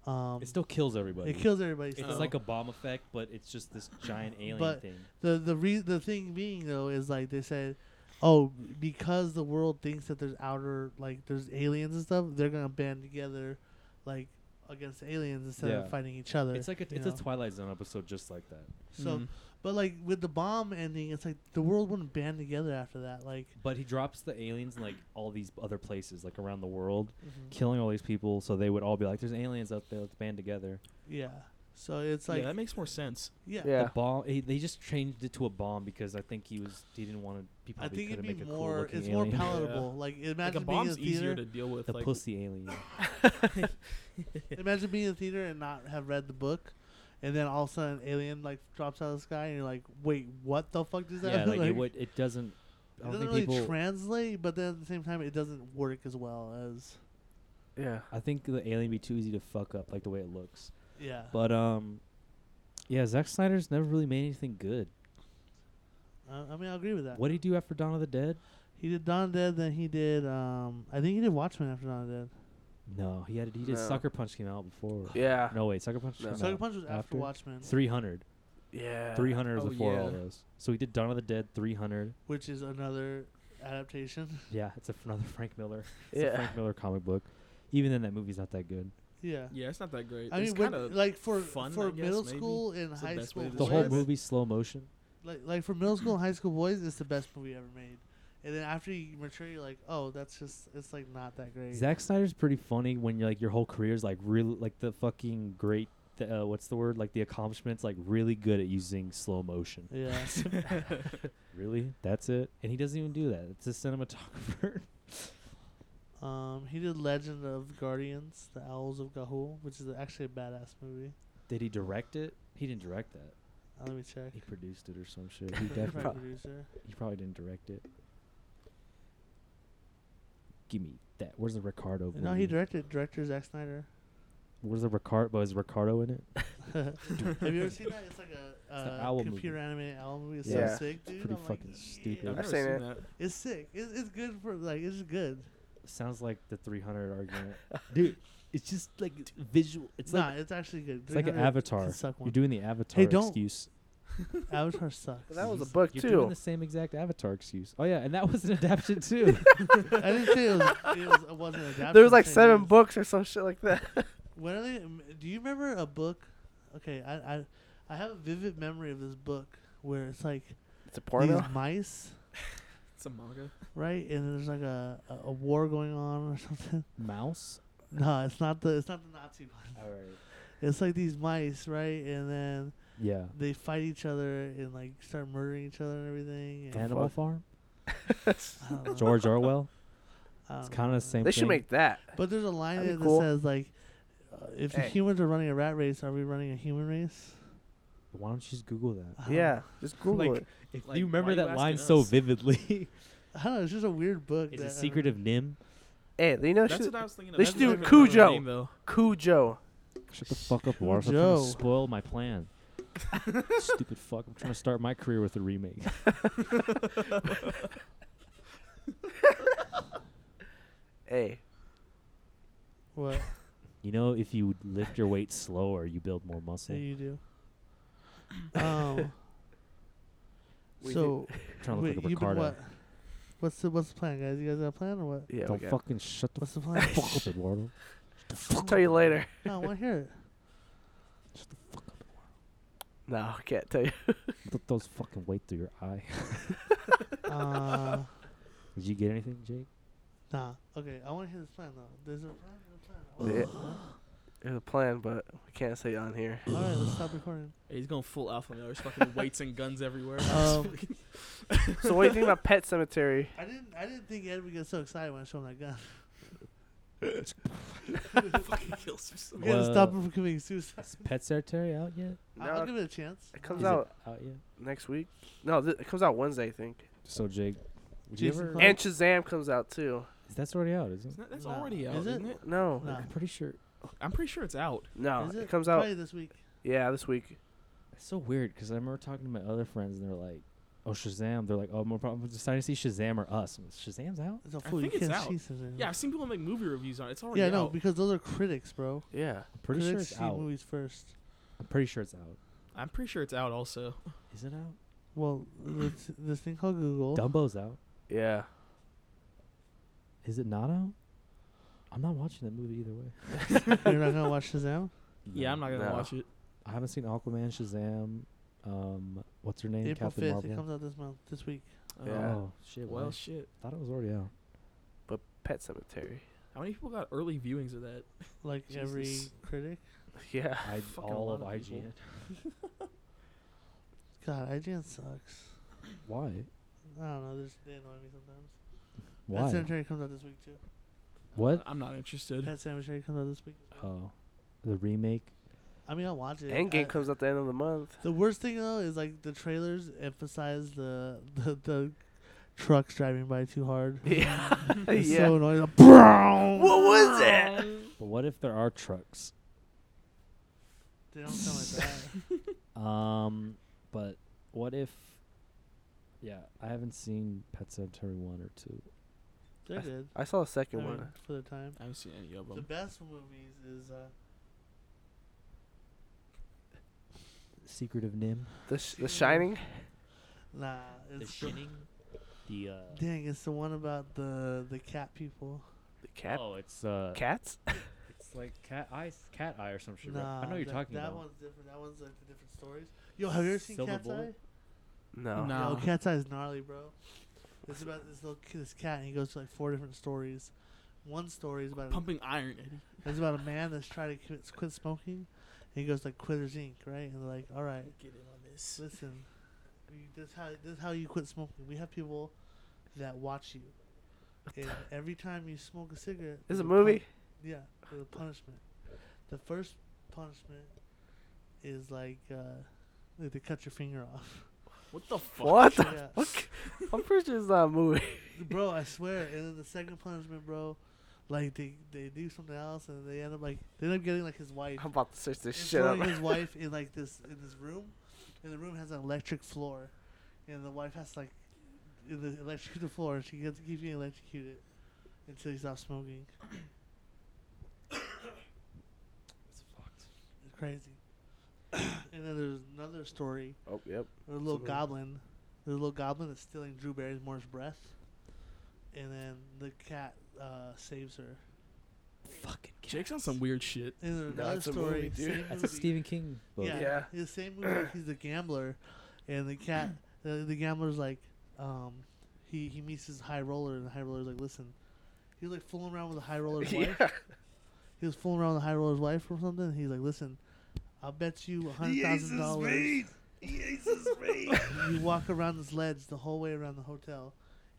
S1: Um,
S2: It still kills everybody.
S1: it kills everybody.
S2: It's
S1: so-
S2: like a bomb effect, but it's just this giant alien
S1: But-
S2: thing.
S1: the the re- the thing being though is like they said, oh, because the world thinks that there's outer like there's aliens and stuff, they're gonna band together, like against aliens instead
S2: Yeah.
S1: of fighting each other.
S2: It's like a,
S1: you
S2: it's a
S1: know?
S2: Twilight Zone episode just like that.
S1: so, but like with the bomb ending, it's like the world wouldn't band together after that. Like,
S2: But he drops the aliens in like all these other places, like around the world, killing all these people. So they would all be like, "There's aliens out there. Let's band together."
S1: yeah. So it's like
S3: yeah,
S1: yeah,
S3: that makes more sense.
S4: Yeah.
S2: The bomb. He, they just changed it to a bomb because I think he was. He didn't want to. People.
S1: I think it'd
S2: make
S1: be
S2: a cool
S1: more.
S2: looking
S1: It's more
S2: alien.
S1: palatable. Like
S3: Like
S1: imagine
S3: a
S1: being in
S3: bomb's
S1: the theater.
S3: easier to deal with.
S2: the
S3: like,
S2: pussy alien.
S1: Imagine being in the theater and not have read the book, and then all of a sudden an alien like drops out of the sky, and you're like, "Wait, what the fuck does that?"
S2: yeah, like,
S1: Like,
S2: it would. It doesn't.
S1: it
S2: I don't
S1: doesn't
S2: think
S1: really
S2: people.
S1: translate, but then at the same time, it doesn't work as well as
S4: Yeah.
S2: I think the alien be too easy to fuck up, like the way it looks.
S1: yeah.
S2: But um, yeah, Zack Snyder's never really made anything good.
S1: I, I mean, I agree with that.
S2: What did he do after Dawn of the Dead?
S1: He did Dawn of the Dead, then he did. Um, I think he did Watchmen after Dawn of the Dead.
S2: No, he had. He did
S4: No.
S2: Sucker Punch came out before.
S4: Yeah.
S2: No wait, Sucker Punch.
S4: No.
S2: came
S1: Sucker
S2: out
S1: Punch was after,
S2: after?
S1: Watchmen,
S2: 300.
S4: Yeah.
S2: 300 was
S3: Oh,
S2: before all
S3: yeah.
S2: those. So he did Dawn of the Dead 300.
S1: which is another adaptation.
S2: Yeah, it's a, another Frank Miller. It's a
S4: Yeah.
S2: Frank Miller comic book. Even then, that movie's not that good.
S1: Yeah.
S3: Yeah, it's not that great.
S1: I mean,
S3: it's
S1: when-
S3: kind of
S1: like for
S3: fun,
S1: for
S3: I guess,
S1: middle
S3: maybe.
S1: school and
S3: It's the
S1: high
S3: best way
S1: school,
S3: to
S2: The
S3: Well,
S2: whole
S1: boys,
S3: that's-
S2: movie slow motion.
S1: like like for middle school and high school boys, it's the best movie ever made. And then after you mature, you're like, oh, that's just it's like not that great.
S2: Zack Snyder's pretty funny when you're like your whole career's like really like the fucking great. th- uh, what's the word? Like the accomplishments. Like really good at using slow motion.
S1: yeah.
S2: Really, that's it. And he doesn't even do that. It's a cinematographer.
S1: Um, he did Legend of Guardians, The Owls of Gahul, which is actually a badass movie.
S2: Did he direct it? He didn't direct that.
S1: Uh, let me check.
S2: He produced it or some shit. He
S1: He's probably
S2: definitely.
S1: producer.
S2: he probably didn't direct it. Give me that. Where's the Ricardo?
S1: No, he
S2: movie?
S1: directed director Zack Snyder.
S2: Where's the Ricardo? But is Ricardo in it?
S1: Have you ever seen that? It's like a
S2: the
S1: uh,
S2: owl movie.
S1: computer animated owl movie. It's
S4: Yeah.
S1: so sick, dude.
S2: pretty
S1: I'm
S2: fucking
S1: like,
S2: stupid.
S1: yeah.
S3: I've never
S4: seen
S3: seen
S4: it.
S3: that.
S1: It's sick. It's, it's good for like it's good.
S2: Sounds like the 300 argument, dude. It's just like it's visual. It's
S1: It's nah,
S2: like
S1: it's actually good.
S2: it's like an
S1: 300
S2: avatar.
S1: can Suck
S2: You're
S1: one.
S2: doing the avatar
S1: don't-
S2: excuse.
S1: Avatar sucks.
S4: That was a book
S2: You're
S4: too.
S2: doing the same exact avatar excuse. Oh yeah, and that was an adaptation too.
S1: I didn't say it, was, it, was, it wasn't adapted.
S4: There was like seven books or some shit like that.
S1: When are they, m- do you remember a book? Okay, I, I I have a vivid memory of this book where it's like
S4: It's a
S1: these
S4: porno.
S1: mice,
S3: It's a manga.
S1: right? And there's like a, a, a war going on or something.
S2: Mouse.
S1: No, it's not the it's not the Nazi one.
S2: All right.
S1: It's like these mice, right? And then
S2: Yeah.
S1: they fight each other and like start murdering each other and everything. And
S2: Animal
S4: fuck?
S2: Farm.
S1: I don't know.
S2: George Orwell.
S1: I don't
S2: It's kind of the
S1: know.
S2: same.
S4: They should
S2: thing.
S4: make that.
S1: But there's a line
S4: That'd
S1: there that
S4: be cool.
S1: says like, uh, if the
S4: Hey.
S1: humans are running a rat race, are we running a human race?
S2: Why don't you just Google that?
S1: I don't
S4: yeah,
S1: know.
S4: just Google
S2: Like-
S4: it.
S2: If
S3: Like,
S2: you remember
S3: why you
S2: that
S3: asking
S2: line so
S3: us?
S2: vividly,
S1: I don't know. It's just a weird book.
S2: it's a
S1: that- uh,
S2: secret of Nim.
S4: Hey, you know,
S3: That's
S4: should,
S3: what I was thinking. Of.
S4: they
S3: That's
S4: should do
S3: a different
S4: Cujo.
S3: name, though.
S4: Cujo.
S2: Shut the fuck up,
S1: Cool
S2: Lars. I'm trying
S1: Joe.
S2: to spoil my plan. Stupid fuck. I'm trying to start my career with a remake.
S4: Hey,
S1: What
S2: You know, if you would lift your weight slower, you build more
S1: do
S2: muscle.
S1: you do? Um.
S4: We
S1: so
S2: I'm trying to look
S1: wait,
S2: like a
S1: you been
S2: Ricardo.
S1: what? What's the what's the plan, guys? You guys got a plan or what?
S4: yeah, we
S2: Don't
S4: got-
S2: fucking shut the
S1: What's the plan?
S2: fuck up, Eduardo.
S4: I'll tell you later.
S1: no, I want to hear it.
S4: No, I can't tell you.
S2: Put those fucking weight through your eye.
S1: Uh,
S2: Did you get anything, Jake?
S1: nah. Okay, I want to hear this plan though. There's a plan. There's a plan. I wanna
S4: Yeah.
S1: hear this plan.
S4: There's a plan, but we can't say on here.
S1: All right, let's stop recording.
S3: Hey, he's going full alpha male. There's fucking weights and guns everywhere.
S1: Um,
S4: So what do you think about Pet Cemetery?
S1: I didn't. I didn't think Ed would get so excited when I showed him that gun.
S3: fucking kills himself.
S1: We gotta
S2: Well,
S1: stop him from committing suicide.
S2: Is Pet Cemetery out yet?
S1: I- I'll
S4: No,
S1: give it a chance.
S4: it comes
S2: Is
S4: out
S2: it out yet?
S4: next week. No, th- it comes out Wednesday, I think.
S2: So, Jake, would you
S1: Jason
S2: ever-
S1: Clark?
S4: And Shazam comes out too.
S2: that's already out, isn't it?
S3: Isn't that- That's
S1: Nah.
S3: already out,
S1: Is
S3: is
S1: it?
S3: isn't it?
S4: No,
S1: Nah.
S2: I'm pretty sure.
S3: I'm pretty sure it's out.
S4: no,
S1: Is
S4: it comes out.
S1: probably this week.
S4: Yeah, this week.
S2: It's so weird because I remember talking to my other friends and they're like, "Oh Shazam!" They're like, "Oh, I'm probably deciding to see Shazam or Us." I'm like, Shazam's out.
S1: It's a
S3: I
S1: fool. You
S3: think it's
S1: can't
S3: out.
S1: see something.
S3: Yeah, I've seen people make movie reviews on it. It's already
S1: Yeah,
S3: out.
S1: no, because those are critics, bro.
S4: Yeah,
S2: I'm pretty sure
S1: critics
S2: it's
S1: see
S2: out.
S1: movies first.
S2: I'm pretty sure it's out.
S3: I'm pretty sure it's out also.
S2: Is it out?
S1: Well, this, this thing called Google.
S2: Dumbo's out.
S4: yeah.
S2: Is it not out? I'm not watching that movie either way.
S1: You're not gonna watch Shazam.
S3: Yeah, I'm not gonna
S4: No.
S3: watch it.
S2: I haven't seen Aquaman, Shazam. Um, what's her name?
S1: April
S2: Captain
S1: fifth. It
S2: Marvel.
S1: comes out this month, this week.
S4: Yeah.
S2: Oh shit! Well,
S3: Well,
S2: I
S3: shit.
S2: thought it was already out.
S4: But Pet Cemetery.
S3: How many people got early viewings of that?
S1: Like every
S3: Jesus.
S1: critic.
S4: Yeah.
S2: I
S3: Fucking a
S2: all
S3: lot
S2: of
S3: of people.
S2: IGN.
S1: God, IGN sucks.
S2: Why?
S1: I don't know. They're, they annoy me sometimes. Pet
S2: Why?
S1: Cemetery comes out this week too.
S2: What?
S3: I'm not interested.
S1: Pet Cemetery comes out this week.
S2: Oh, the remake. Oh.
S1: I mean, I'll watch it.
S4: Endgame
S1: I-
S4: comes out the end of the month.
S1: The worst thing though is like the trailers emphasize the the, the trucks driving by too hard.
S4: Yeah.
S1: It's
S4: yeah.
S1: so annoying. Like, "Brown!"
S4: what was that?
S2: But what if there are trucks?
S1: They don't sound like that.
S2: Um, but what if? Yeah, I haven't seen Pet Cemetery one or two.
S1: They're good.
S4: I saw the
S1: I
S4: second
S1: mean,
S4: one.
S1: for the time.
S3: I haven't seen any of
S1: The
S3: them.
S1: best movies is uh,
S2: Secret of Nim.
S4: The sh- The Shining.
S1: nah. It's the,
S2: The uh,
S1: Dang, it's the one about the the cat people.
S4: The cat.
S2: oh, it's uh,
S4: Cats?
S2: it's like cat eye, cat eye or some shit. right?
S1: Nah,
S2: I know what you're
S1: that,
S2: talking
S1: that
S2: about.
S1: one's different. That one's like the different stories. Yo, have you ever seen
S2: Silver
S1: Cat's
S2: Bullet?
S1: Eye?
S4: No.
S3: No.
S1: Yo, Cat's Eye is gnarly, bro. It's about this little kid, this cat, and he goes to like four different stories. One story is about
S3: Pumping iron, Eddie.
S1: it's about a man that's trying to quit, quit smoking. And he goes like Quitters Inc. Right? And they're like, all right,
S3: Get in on this.
S1: listen, you- this how this how you quit smoking. We have people that watch you, and every time you smoke a cigarette,
S4: This
S1: there's
S4: is a
S1: pun-
S4: movie.
S1: yeah, there's a punishment. The first punishment is like uh, like they cut your finger off.
S3: What the fuck?
S4: What? the-
S1: yeah.
S4: I'm pretty sure it's not a movie.
S1: bro, I swear. And then the second punishment, bro, like they they do something else and they end up like they end up getting like his wife.
S4: I'm about to search this
S1: and
S4: shit up.
S1: throwing his wife in like this in this room, and the room has an electric floor, and the wife has to, like in the electrocute the floor, and she gets keeps getting electrocuted until he stops smoking.
S2: It's fucked.
S1: It's crazy. and then there's another story.
S4: Oh, yep.
S1: There's a little
S4: Something-
S1: goblin. There's a little goblin that's stealing Drew Barrymore's breath, and then the cat uh, saves her.
S2: Fucking
S3: Jake's on some weird shit.
S1: And there's
S4: No,
S1: another
S4: it's a
S1: story.
S4: movie, dude.
S1: same
S2: That's a
S1: movie.
S2: Stephen King book.
S1: Yeah,
S4: Yeah.
S1: He's the same movie. like, He's the gambler, and the cat, the, the gambler's like, um, he he meets his high roller, and the high roller's like, listen, he was like fooling around with the high roller's wife.
S4: Yeah.
S1: He was fooling around with the high roller's wife or something. And he's like, listen, I'll bet you a hundred thousand dollars. You walk around this ledge the whole way around the hotel.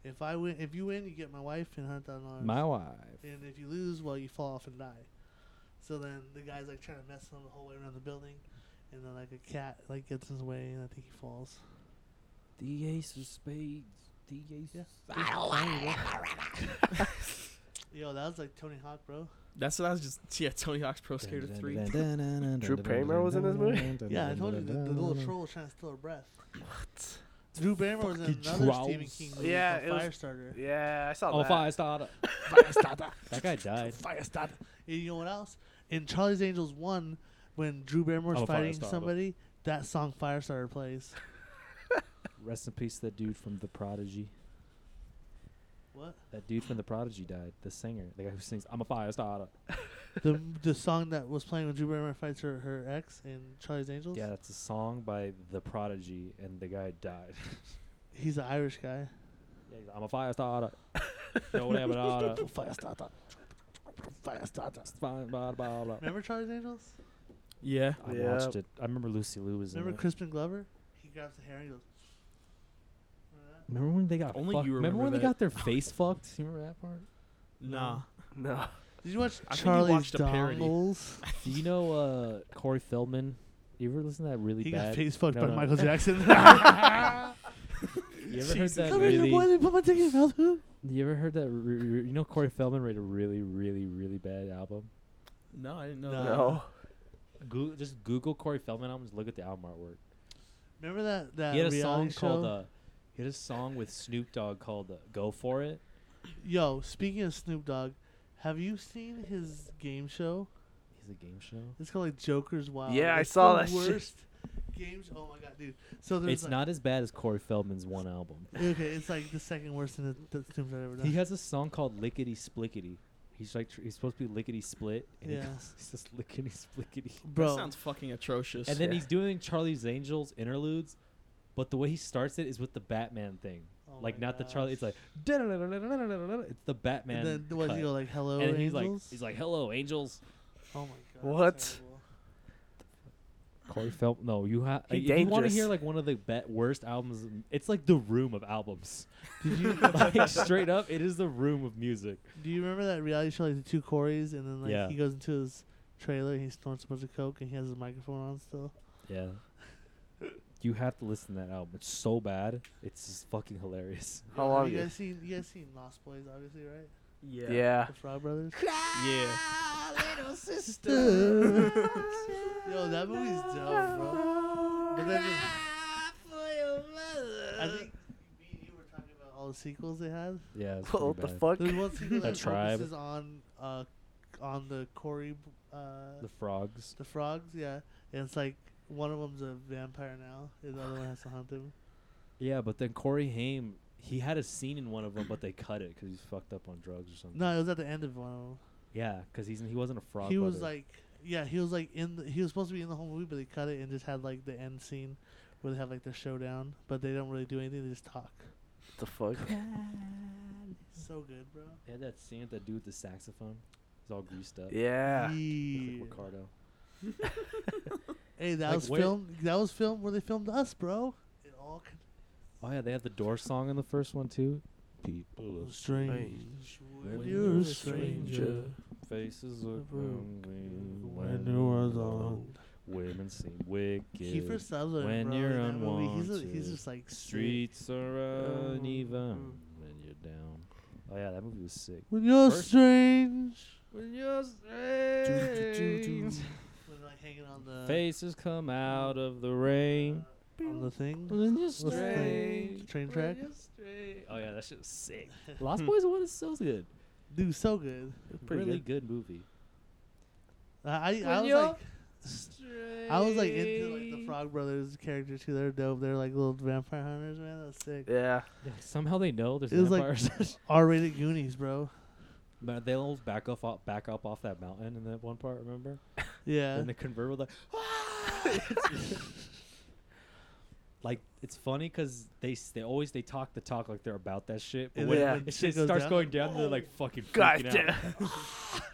S1: If I win, if you win, you get my wife and hundred thousand dollars.
S2: My wife.
S1: And if you lose, well, you fall off and die. So then the guy's like trying to mess with him the whole way around the building, and then like a cat like gets in his way, and I think he falls.
S2: The Ace of Spades. The Ace.
S1: Yeah. Yo, that was like Tony Hawk, bro.
S3: That's what I was just. Yeah, Tony Hawk's Pro Skater 3.
S4: Drew Barrymore was in this movie?
S1: Yeah, I told you the, the little troll was trying to steal her breath. Drew Barrymore was in
S2: Fucking
S1: another Stephen
S2: trolls.
S1: King movie
S4: Yeah,
S1: called
S4: it was-
S1: Firestarter.
S4: Yeah, I saw
S2: Oh,
S4: that.
S2: Firestarter.
S1: Firestarter.
S2: That guy died.
S1: Firestarter. And you know what else? In Charlie's Angels one, when Drew Barrymore's
S2: Oh,
S1: fighting
S2: Firestarter.
S1: somebody, that song Firestarter plays.
S2: Rest in peace, to that dude from The Prodigy.
S1: What?
S2: That dude from The Prodigy died. The singer, the guy who sings "I'm a Firestarter."
S1: the the song that was playing when Drew Barrymore fights her, her ex in Charlie's Angels.
S2: Yeah, that's a song by The Prodigy, and the guy died.
S1: he's an Irish guy.
S2: Yeah, he's like, I'm a Firestarter. no, whatever, da, da.
S1: Firestarter. Firestarter.
S2: Blah, blah, blah, blah.
S1: Remember Charlie's Angels?
S3: Yeah.
S2: I
S4: Yeah.
S2: watched it. I remember Lucy Liu was
S1: Remember
S2: in it.
S1: Crispin Glover? He grabs the hair and he goes. Remember that?
S2: Remember when they got
S3: Only
S2: fucked?
S3: you
S2: remember when
S3: remember
S2: they got their face fucked? You remember that part?
S3: Nah.
S4: No.
S1: Did you watch
S3: I think you
S1: Charlie's
S3: watched a parody.
S1: Dongles?
S2: Do you know uh, Corey Feldman? You ever listen to that really
S1: He
S2: bad?
S1: got face fucked
S2: No,
S1: by
S2: no.
S1: Michael Jackson.
S2: you ever heard that
S1: Come here,
S2: really?
S1: boy. They put my dick in your mouth. Who?
S2: You ever heard that? Re- re- you know Corey Feldman wrote a really, really, really bad album.
S3: No, I didn't know
S1: No.
S3: that.
S4: No.
S2: Google, just Google Corey Feldman albums. Look at the album artwork.
S1: Remember that that
S2: he had a song
S1: reality
S2: called
S1: show?
S2: uh, he had a song with Snoop Dogg called uh, "Go For It."
S1: Yo, speaking of Snoop Dogg, have you seen his game show?
S2: He's a game show.
S1: It's called like Joker's Wild.
S4: Yeah, I
S1: It's
S4: saw
S1: the
S4: that shit.
S1: worst games. Oh my god, dude. So there's
S2: it's
S1: like,
S2: not as bad as Corey Feldman's one album.
S1: okay. It's like the second worst thing that, that Snoop Dogg ever done.
S2: He has a song called "Lickety Splickety." He's like tr- he's supposed to be lickety split, and he
S1: Yeah.
S2: calls, he's just lickety splickety.
S1: Bro,
S3: That sounds fucking atrocious.
S2: And then
S4: Yeah.
S2: he's doing Charlie's Angels interludes, but the way he starts it is with the Batman thing.
S1: Oh
S2: like
S1: my
S2: not the Charlie. It's
S1: gosh.
S2: like it's the Batman.
S1: And then what?
S2: cut.
S1: You go like hello
S2: and then he's like
S1: angels.
S2: he's like hello angels.
S1: oh my god.
S4: What?
S1: terrible.
S2: Corey Feldman. No, you have.
S4: He
S2: If you want to
S4: dangerous.
S2: hear like one of the be- worst albums, it's like the room of albums. Did you like straight up? It is the room of music.
S1: Do you remember that reality show like the two Corys and then like
S2: Yeah.
S1: he goes into his trailer and he snorts a bunch of coke and he has his microphone on still.
S2: Yeah. You have to listen to that album. It's so bad. It's just fucking hilarious.
S4: How
S1: Yo,
S4: long
S1: Have you
S4: is-
S1: guys seen? You guys seen Lost Boys? Obviously, right?
S3: yeah.
S4: Yeah.
S1: The Frog Brothers.
S3: Yeah.
S1: Yo, that movie's dope, bro. But then just- I think me and you were talking about all the sequels they had.
S2: Yeah. It's
S4: What
S2: pretty
S4: the
S2: bad.
S4: fuck?
S1: There's one sequel
S2: The
S1: that
S2: tribe.
S1: focuses on uh, on the Cory, uh,
S2: The frogs.
S1: the frogs. Yeah, and it's like one of them's a vampire now, and the other one has to hunt him.
S2: Yeah, but then Corey Haim he had a scene in one of them, but they cut it because he's fucked up on drugs or something.
S1: No, it was at the end of one of them.
S2: Yeah, because he's he wasn't a fraud.
S1: he was
S2: brother.
S1: like, yeah, he was like in. The, he was supposed to be in the whole movie, but they cut it and just had like the end scene where they have like the showdown, but they don't really do anything. They just talk.
S4: the fuck?
S1: So good, bro.
S2: They had that scene with that dude with the saxophone. He's all greased up.
S4: Yeah.
S2: He's
S1: Yeah.
S2: like Ricardo.
S1: Hey, that
S2: Like,
S1: was
S2: where-
S1: filmed. That was filmed where they filmed us, bro. It all con-
S2: Oh yeah, they had the Door song in the first one too. People
S1: strange.
S2: when
S1: When you're
S2: you're
S1: a
S2: a
S1: stranger,
S2: faces look
S1: Broke.
S2: lonely
S1: when you're alone.
S2: Women seem wicked.
S1: Kiefer Sutherland,
S2: When
S1: bro,
S2: you're
S1: in that movie, he's, a,
S2: unwanted.
S1: he's just like sick.
S2: Streets
S1: Oh.
S2: are
S4: Um,
S2: uneven
S4: mm.
S2: when you're down. Oh yeah, that movie was sick.
S1: When you're
S2: First-
S1: strange.
S2: When you're
S1: When like hanging on the
S2: faces come out of the rain.
S1: on the thing.
S2: When you're
S1: the thing?
S2: straight.
S1: Train track?
S2: Oh yeah, that shit was sick. Lost Boys One is so good.
S1: Dude, so good.
S4: Pretty
S2: really
S4: good.
S2: good, movie.
S1: I I, I was like I was like into like the Frog Brothers characters too. They're dope. They're like little vampire hunters, man. That's sick.
S4: Yeah.
S2: Yeah, somehow they know there's
S1: It was like-
S2: vampires.
S1: R-rated Goonies, bro.
S2: but they all back off, off back up off that mountain in that one part. Remember?
S1: Yeah.
S2: And the convertible like. Like it's funny because they s- they always they talk the talk like they're about that shit, but
S1: And
S2: when
S4: then
S2: it,
S1: when
S2: it
S1: shit goes
S2: starts
S1: down,
S2: going down, they're like fucking
S4: God
S2: freaking out.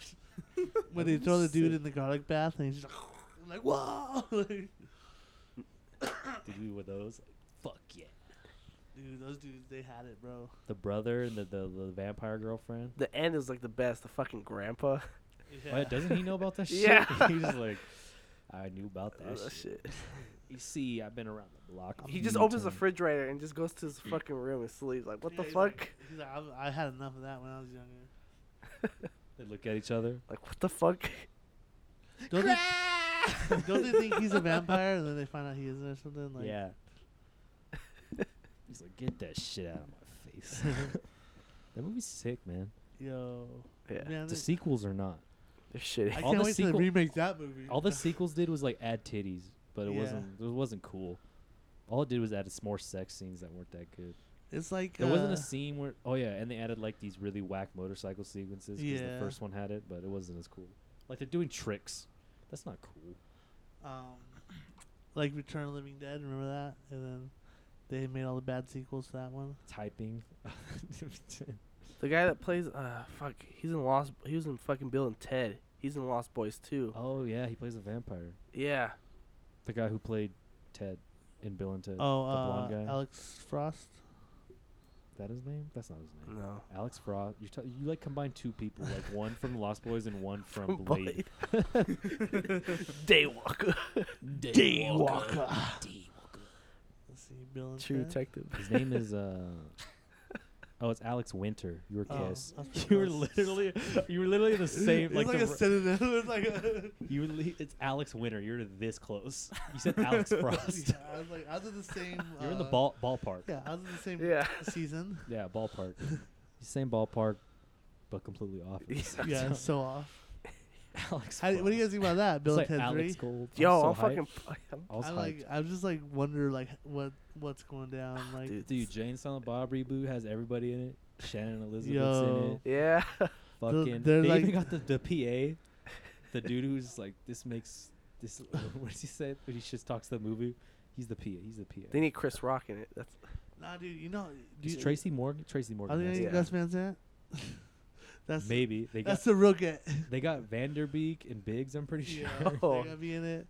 S4: damn.
S1: when they throw the dude in the garlic bath and he's just like, I'm like whoa. Like,
S2: Did we with those? Fuck yeah!
S1: Dude, those dudes, they had it, bro.
S2: The brother and the the, the vampire girlfriend.
S4: The end is like the best. The fucking grandpa.
S2: Oh, yeah, doesn't he know about that shit?
S4: Yeah.
S2: He's just like, I knew about that
S4: Oh,
S2: shit.
S4: shit.
S2: You see, I've been around the block. a
S4: He just
S2: few
S4: opens the
S2: times."
S4: refrigerator and just goes to his fucking room and sleeps. Like, what
S1: Yeah,
S4: the
S1: he's
S4: fuck?
S1: Like, he's like, "I'm- I had enough of that when I was younger.
S2: They look at each other.
S4: Like, what the fuck?
S1: Don't they,
S2: Ah!
S1: don't they think he's a vampire and then they find out he isn't or something? Like,
S2: yeah. He's like, get that shit out of my face. that movie's sick, man.
S1: Yo.
S4: Yeah.
S1: Man,
S2: The
S1: they-
S2: sequels are not.
S4: They're
S1: I
S4: shitty.
S2: all
S1: can't
S2: the
S1: wait till
S2: sequel-
S1: they remake that movie.
S2: All the sequels did was like add titties, but it
S1: Yeah.
S2: wasn't. It wasn't cool. All it did was add some more sex scenes that weren't that good.
S1: It's like
S2: There wasn't
S1: uh,
S2: a scene where. Oh yeah, and they added like these really whack motorcycle sequences. 'cause
S1: Yeah.
S2: The first one had it, but it wasn't as cool. Like they're doing tricks. That's not cool.
S1: um, like Return of the Living Dead. Remember that? And then they made all the bad sequels to that one.
S2: Typing.
S4: The guy that plays, uh, fuck, he's in Lost. He was in fucking Bill and Ted. He's in Lost Boys too.
S2: oh yeah, he plays a vampire.
S4: Yeah.
S2: The guy who played Ted in Bill and Ted.
S1: Oh,
S2: the blonde
S1: uh,
S2: guy.
S1: Alex Frost.
S2: that his name? That's not his name.
S4: No.
S2: Alex Frost. You t- you like combine two people, like one from The Lost Boys and one from, Blade.
S4: Blade. Daywalker.
S1: Daywalker. Let's see, Bill and
S4: True
S1: Ted.
S4: Detective.
S2: His name is uh. Oh, it's Alex Winter. You were
S1: Oh,
S2: close.
S1: that's pretty
S2: You were
S1: close.
S2: literally, you were literally the same.
S1: It's
S2: Like,
S1: like,
S2: the
S1: a
S2: r-
S1: synonym. It's like a.
S2: you, were li- it's Alex Winter. You're this close. You said Alex Frost.
S1: Yeah, I was like, I was in the same.
S2: You're in the
S1: uh,
S2: ball ballpark.
S1: Yeah, I was in the same
S4: Yeah.
S1: season.
S2: Yeah, ballpark. Same ballpark, but completely off.
S1: Yeah, it's so off.
S2: Alex.
S1: How, what do you guys
S2: Frost.
S1: think about that, Bill
S2: It's
S1: and Ted
S2: like Alex
S1: Three?
S2: Gold.
S4: Yo,
S2: so
S4: I'm
S2: hyped.
S4: fucking. I'm-
S2: I was
S1: I
S2: hyped.
S1: like, I just like wonder like what what's going down. Like,
S4: Dude.
S2: Ah, Dude, Jane Silent Bob reboot has everybody in it. Shannon Elizabeth's in
S1: Yo.
S2: it.
S4: Yeah.
S1: Th-
S2: Fucking,
S1: they're
S2: they
S1: like-
S2: even got the, the PA, the dude who's like, this makes this. What does he say? When he just talks to the movie, he's the PA. He's the PA.
S4: They need Chris Rock in it. That's
S1: nah, dude, you know, do
S2: Is
S1: you,
S2: Tracy Morgan? Tracy
S1: are there
S2: Morgan.
S1: any
S2: has
S4: Yeah.
S1: Gus Van Sant? that's
S2: Maybe they got
S1: that's the real get.
S2: they got Vanderbeek and Biggs. I'm pretty sure.
S1: Yeah,
S4: Sure.
S1: they're gonna be in it.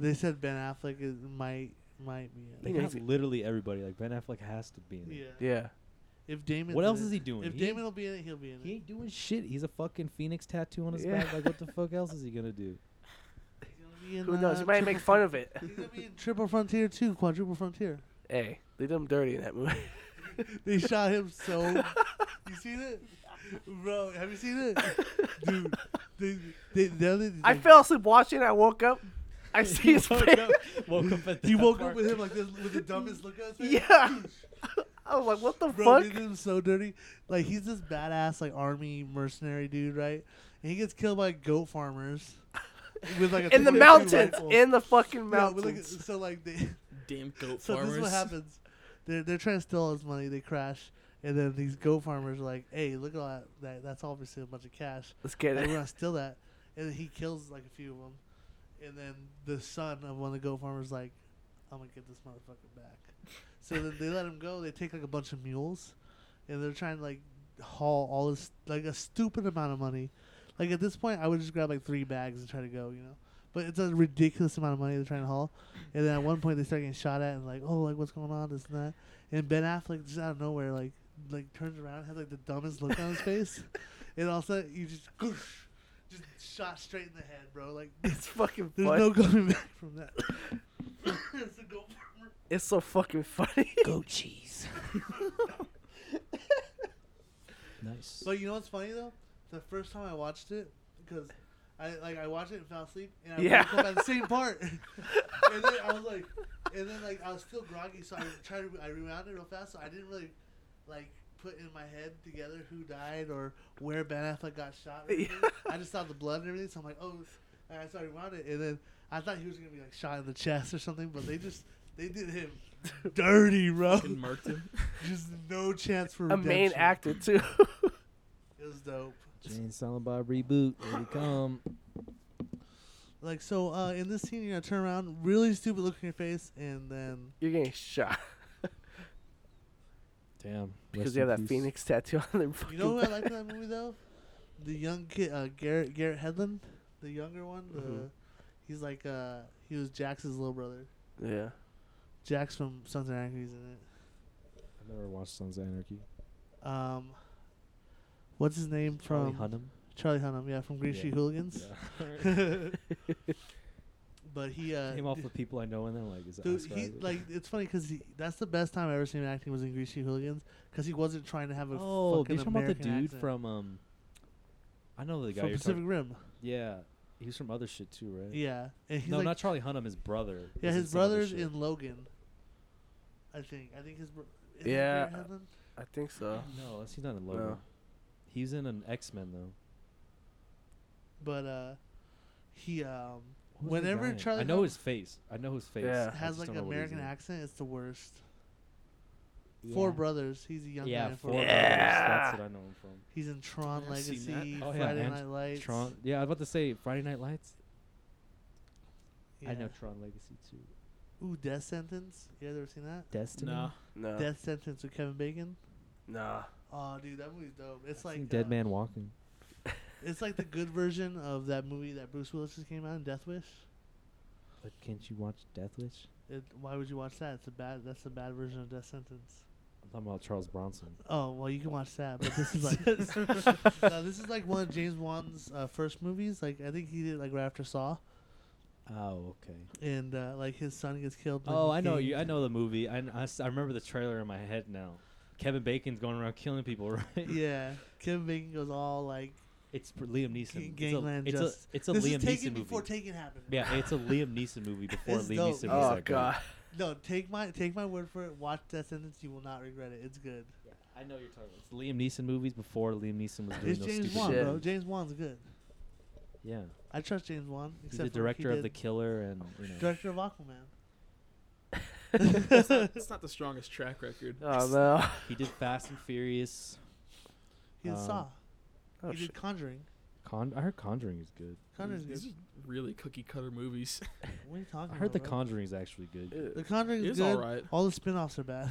S1: They said Ben Affleck is, might might be in it.
S2: They
S4: He
S2: got
S4: needs to-
S2: literally everybody. Like Ben Affleck has to be in it.
S1: Yeah.
S4: yeah.
S1: If Damon.
S2: What else is he doing?
S1: If
S2: He-
S1: Damon will be in it, he'll be in it.
S2: He ain't doing shit. He's a fucking phoenix tattoo on his
S4: Yeah.
S2: back. Like what the fuck else is he gonna do?
S1: He's gonna be in,
S4: Who knows?
S1: uh,
S4: You might make fun of it.
S1: He's gonna be in Triple Frontier too, Quadruple Frontier.
S4: Hey, they did him dirty in that movie.
S1: They shot him so. You seen it, bro? Have you seen it, dude? They, they, the other-
S4: I
S1: they-
S4: fell asleep watching. I woke up. I see his
S2: woke
S4: face.
S2: up, woke up at
S1: He
S2: that
S1: woke
S2: part.
S1: up with him like this, with the dumbest look on his face.
S4: Yeah. I was like, what the
S1: Bro, they
S4: fuck?
S1: did him so dirty. Like he's this badass like army mercenary dude, right? And he gets killed by goat farmers with like a
S4: In the
S1: 22
S4: mountains.
S1: rifle.
S4: In the fucking
S1: Yeah, with, like,
S4: mountains.
S1: so like they,
S3: Damn goat
S1: so
S3: farmers.
S1: this is what happens. they're they're trying to steal all his money. They crash, and then these goat farmers are like, "Hey, look at all that, that that's obviously a bunch of cash.
S4: Let's get
S1: We're
S4: it.
S1: gonna steal that." And then he kills like a few of them, and then the son of one of the goat farmers is like, "I'm gonna get this motherfucker back." So then they let him go. They take like a bunch of mules, and they're trying to like haul all this like a stupid amount of money. Like at this point, I would just grab like three bags and try to go, you know. But it's a ridiculous amount of money they're trying to haul. And then at one point, they start getting shot at and like, oh, like what's going on, this and that. And Ben Affleck just out of nowhere, like, like turns around, and has like the dumbest look on his face, and all of a sudden you just, goosh, just shot straight in the head, bro. Like
S4: It's fucking
S1: there's
S4: funny.
S1: no coming back from that. it's a goat farmer.
S4: it's so fucking funny.
S2: Goat cheese. nice.
S1: But you know what's funny though? The first time I watched it, because I like I watched it and fell asleep, and I
S4: Yeah.
S1: woke up at the same part, and then I was like, and then like I was still groggy, so I tried to I rewound it real fast, so I didn't really like put in my head together who died or where Ben Affleck got shot. Or
S4: Yeah.
S1: anything. I just saw the blood and everything, so I'm like, oh, and I started rewound it, and then I thought he was gonna be like shot in the chest or something, but they just they did him dirty, bro.
S3: Fucking murked him.
S1: just no chance for
S4: A main
S1: redemption.
S4: actor too.
S1: It was dope.
S2: Jane Silent Bob reboot. Here we come.
S1: Like so, uh, in this scene, you're gonna turn around, really stupid look in your face, and then
S4: You're getting shot
S2: Damn.
S4: because
S2: Rest
S4: you have
S2: in
S4: that
S2: peace.
S4: phoenix tattoo on their fucking.
S1: you know what I
S4: back.
S1: like in that movie though, the young kid, uh, Garrett Garrett Hedlund, the younger one. The,
S2: Mm-hmm.
S4: Mhm.
S1: He's like uh, he was Jax's little brother.
S4: Yeah.
S1: Jax from Sons of Anarchy's in it.
S2: I've never watched Sons of Anarchy.
S1: Um, what's his name
S2: Charlie
S1: from
S2: Hunnam.
S1: Charlie Hunnam? Yeah, from Green
S2: Yeah.
S1: Street Hooligans.
S2: Yeah.
S1: but he uh,
S2: Came off the people I know, and then like, is that
S1: Dude,
S2: Oscar
S1: he,
S2: Isaac?
S1: like it's funny because that's the best time I ever seen him acting was in Greasy Hooligans because he wasn't trying to have a
S2: Oh,
S1: fucking
S2: you're talking about the
S1: American
S2: dude
S1: accent.
S2: from um. I know the guy.
S1: From
S2: you're
S1: Pacific
S2: talking-
S1: Rim.
S2: yeah, he's from other shit too, right?
S1: Yeah, and he's
S2: no,
S1: like,
S2: not Charlie Hunnam. His brother.
S1: yeah,
S2: was
S1: his
S2: some other
S1: brother's
S2: shit.
S1: in Logan. I think. I think his. Bro- isn't it
S4: Yeah.
S1: Garrett Hedlund?
S4: I think so.
S2: No, that's- he's not in Logan.
S4: No.
S2: He's in an X Men though.
S1: But uh, he um
S2: What was the
S1: Whenever
S2: guy in?
S1: Charlie
S2: I know
S1: Hunnam-
S2: his face. I know his face.
S4: Yeah.
S2: I
S1: has
S2: just
S1: like
S2: don't
S1: an
S2: know what he's
S1: American
S2: in.
S1: accent. It's the worst. Four brothers. He's a young
S2: yeah,
S1: man. in
S2: four
S1: Four
S2: brothers.
S1: brothers.
S2: That's what I know him from.
S1: He's in Tron
S3: I've seen that.
S1: Legacy,
S2: Oh, yeah,
S1: Friday
S2: and
S1: Night Lights.
S2: Tron. Yeah, I was about to say Friday Night Lights. I know
S1: yeah.
S2: Tron Legacy too.
S1: Ooh, Death Sentence. You guys ever seen that?
S2: Destiny.
S3: Nah.
S4: No.
S1: Death Sentence with Kevin Bacon.
S4: Nah.
S1: Oh, dude, that movie's dope. It's
S2: I've seen
S1: like
S2: Dead
S1: uh,
S2: Man Walking.
S1: It's like the good version of that movie that Bruce Willis just came out in Death Wish.
S2: But can't you watch Death Wish?
S1: It, why would you watch that? It's a bad. That's the bad version of Death Sentence.
S2: I'm talking about Charles Bronson.
S1: Oh well, you can watch that, but this is like no, this is like one of James Wan's uh, first movies. Like I think he did like right after Saw,
S2: Oh, okay.
S1: and uh, like his son gets killed. when
S2: Oh,
S1: he
S2: I know
S1: came-
S2: you. I know the movie. I, I s- I remember the trailer in my head now. Kevin Bacon's going around killing people, right?
S1: Yeah, Kevin Bacon goes all like
S2: It's pr- Liam Neeson. It's a,
S1: Gangland
S2: it's a,
S1: Justice.
S2: it's a
S1: this
S2: Liam
S1: is Taken
S2: Neeson
S1: before
S2: movie.
S1: Taken happened.
S2: yeah, it's a Liam Neeson movie before
S1: It's
S2: Liam
S1: dope.
S2: Neeson was
S4: Oh
S2: that
S4: god.
S1: No, take my take my word for it. Watch Death Sentence. You will not regret it. It's good.
S2: Good. Yeah, I know you're talking about. It's Liam Neeson movies before Liam Neeson was doing
S1: It's
S2: those
S1: James
S2: stupid
S1: Wan,
S4: shit.
S1: bro. James Wan's good.
S2: Yeah,
S1: I trust James Wan.
S2: he's the
S1: except for what he
S2: director of The
S1: did-
S2: Killer and you know.
S1: director of Aquaman.
S3: It's not, it's not the strongest track record.
S4: Oh no.
S2: He did Fast and Furious.
S1: He did
S2: Um,
S1: Saw.
S4: Oh,
S1: he
S4: shit.
S1: did Conjuring.
S2: Con- I heard Conjuring is good.
S1: Conjuring's
S3: These
S1: good.
S3: are really cookie cutter movies.
S1: What are you talking
S2: I heard The
S1: about?
S2: Conjuring is actually good.
S1: bro? The
S4: Ew.
S1: Conjuring's
S3: It's
S1: good.
S3: all right.
S1: All the spin-offs are bad.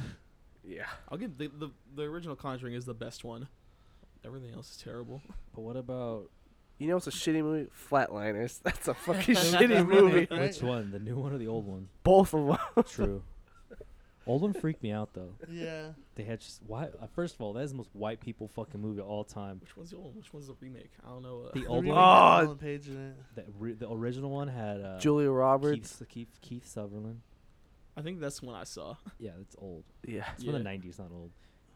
S4: Yeah.
S3: I'll give the, the the original Conjuring is the best one. Everything else is terrible.
S2: But what about
S4: You know what's a shitty movie? Flatliners. That's a fucking
S1: That's
S4: shitty
S1: not
S4: movie.
S1: it. Right?
S2: which one? The new one or the old one?
S4: Both of them.
S2: True. Old one freaked me out though.
S1: yeah.
S2: They had just why? Uh, first of all, that is the most white people fucking movie of all time.
S3: Which one's the old one? Which one's the remake? I don't know. Uh,
S2: The
S1: The
S2: old
S1: remake
S2: one,
S1: has
S4: Oh.
S1: Ellen Page in it.
S2: that re- the original one had uh,
S4: Julia Roberts.
S2: Keith, Keith Keith Sutherland.
S3: I think that's the one I saw.
S2: Yeah, that's old.
S4: Yeah.
S2: It's from the '90s, not old.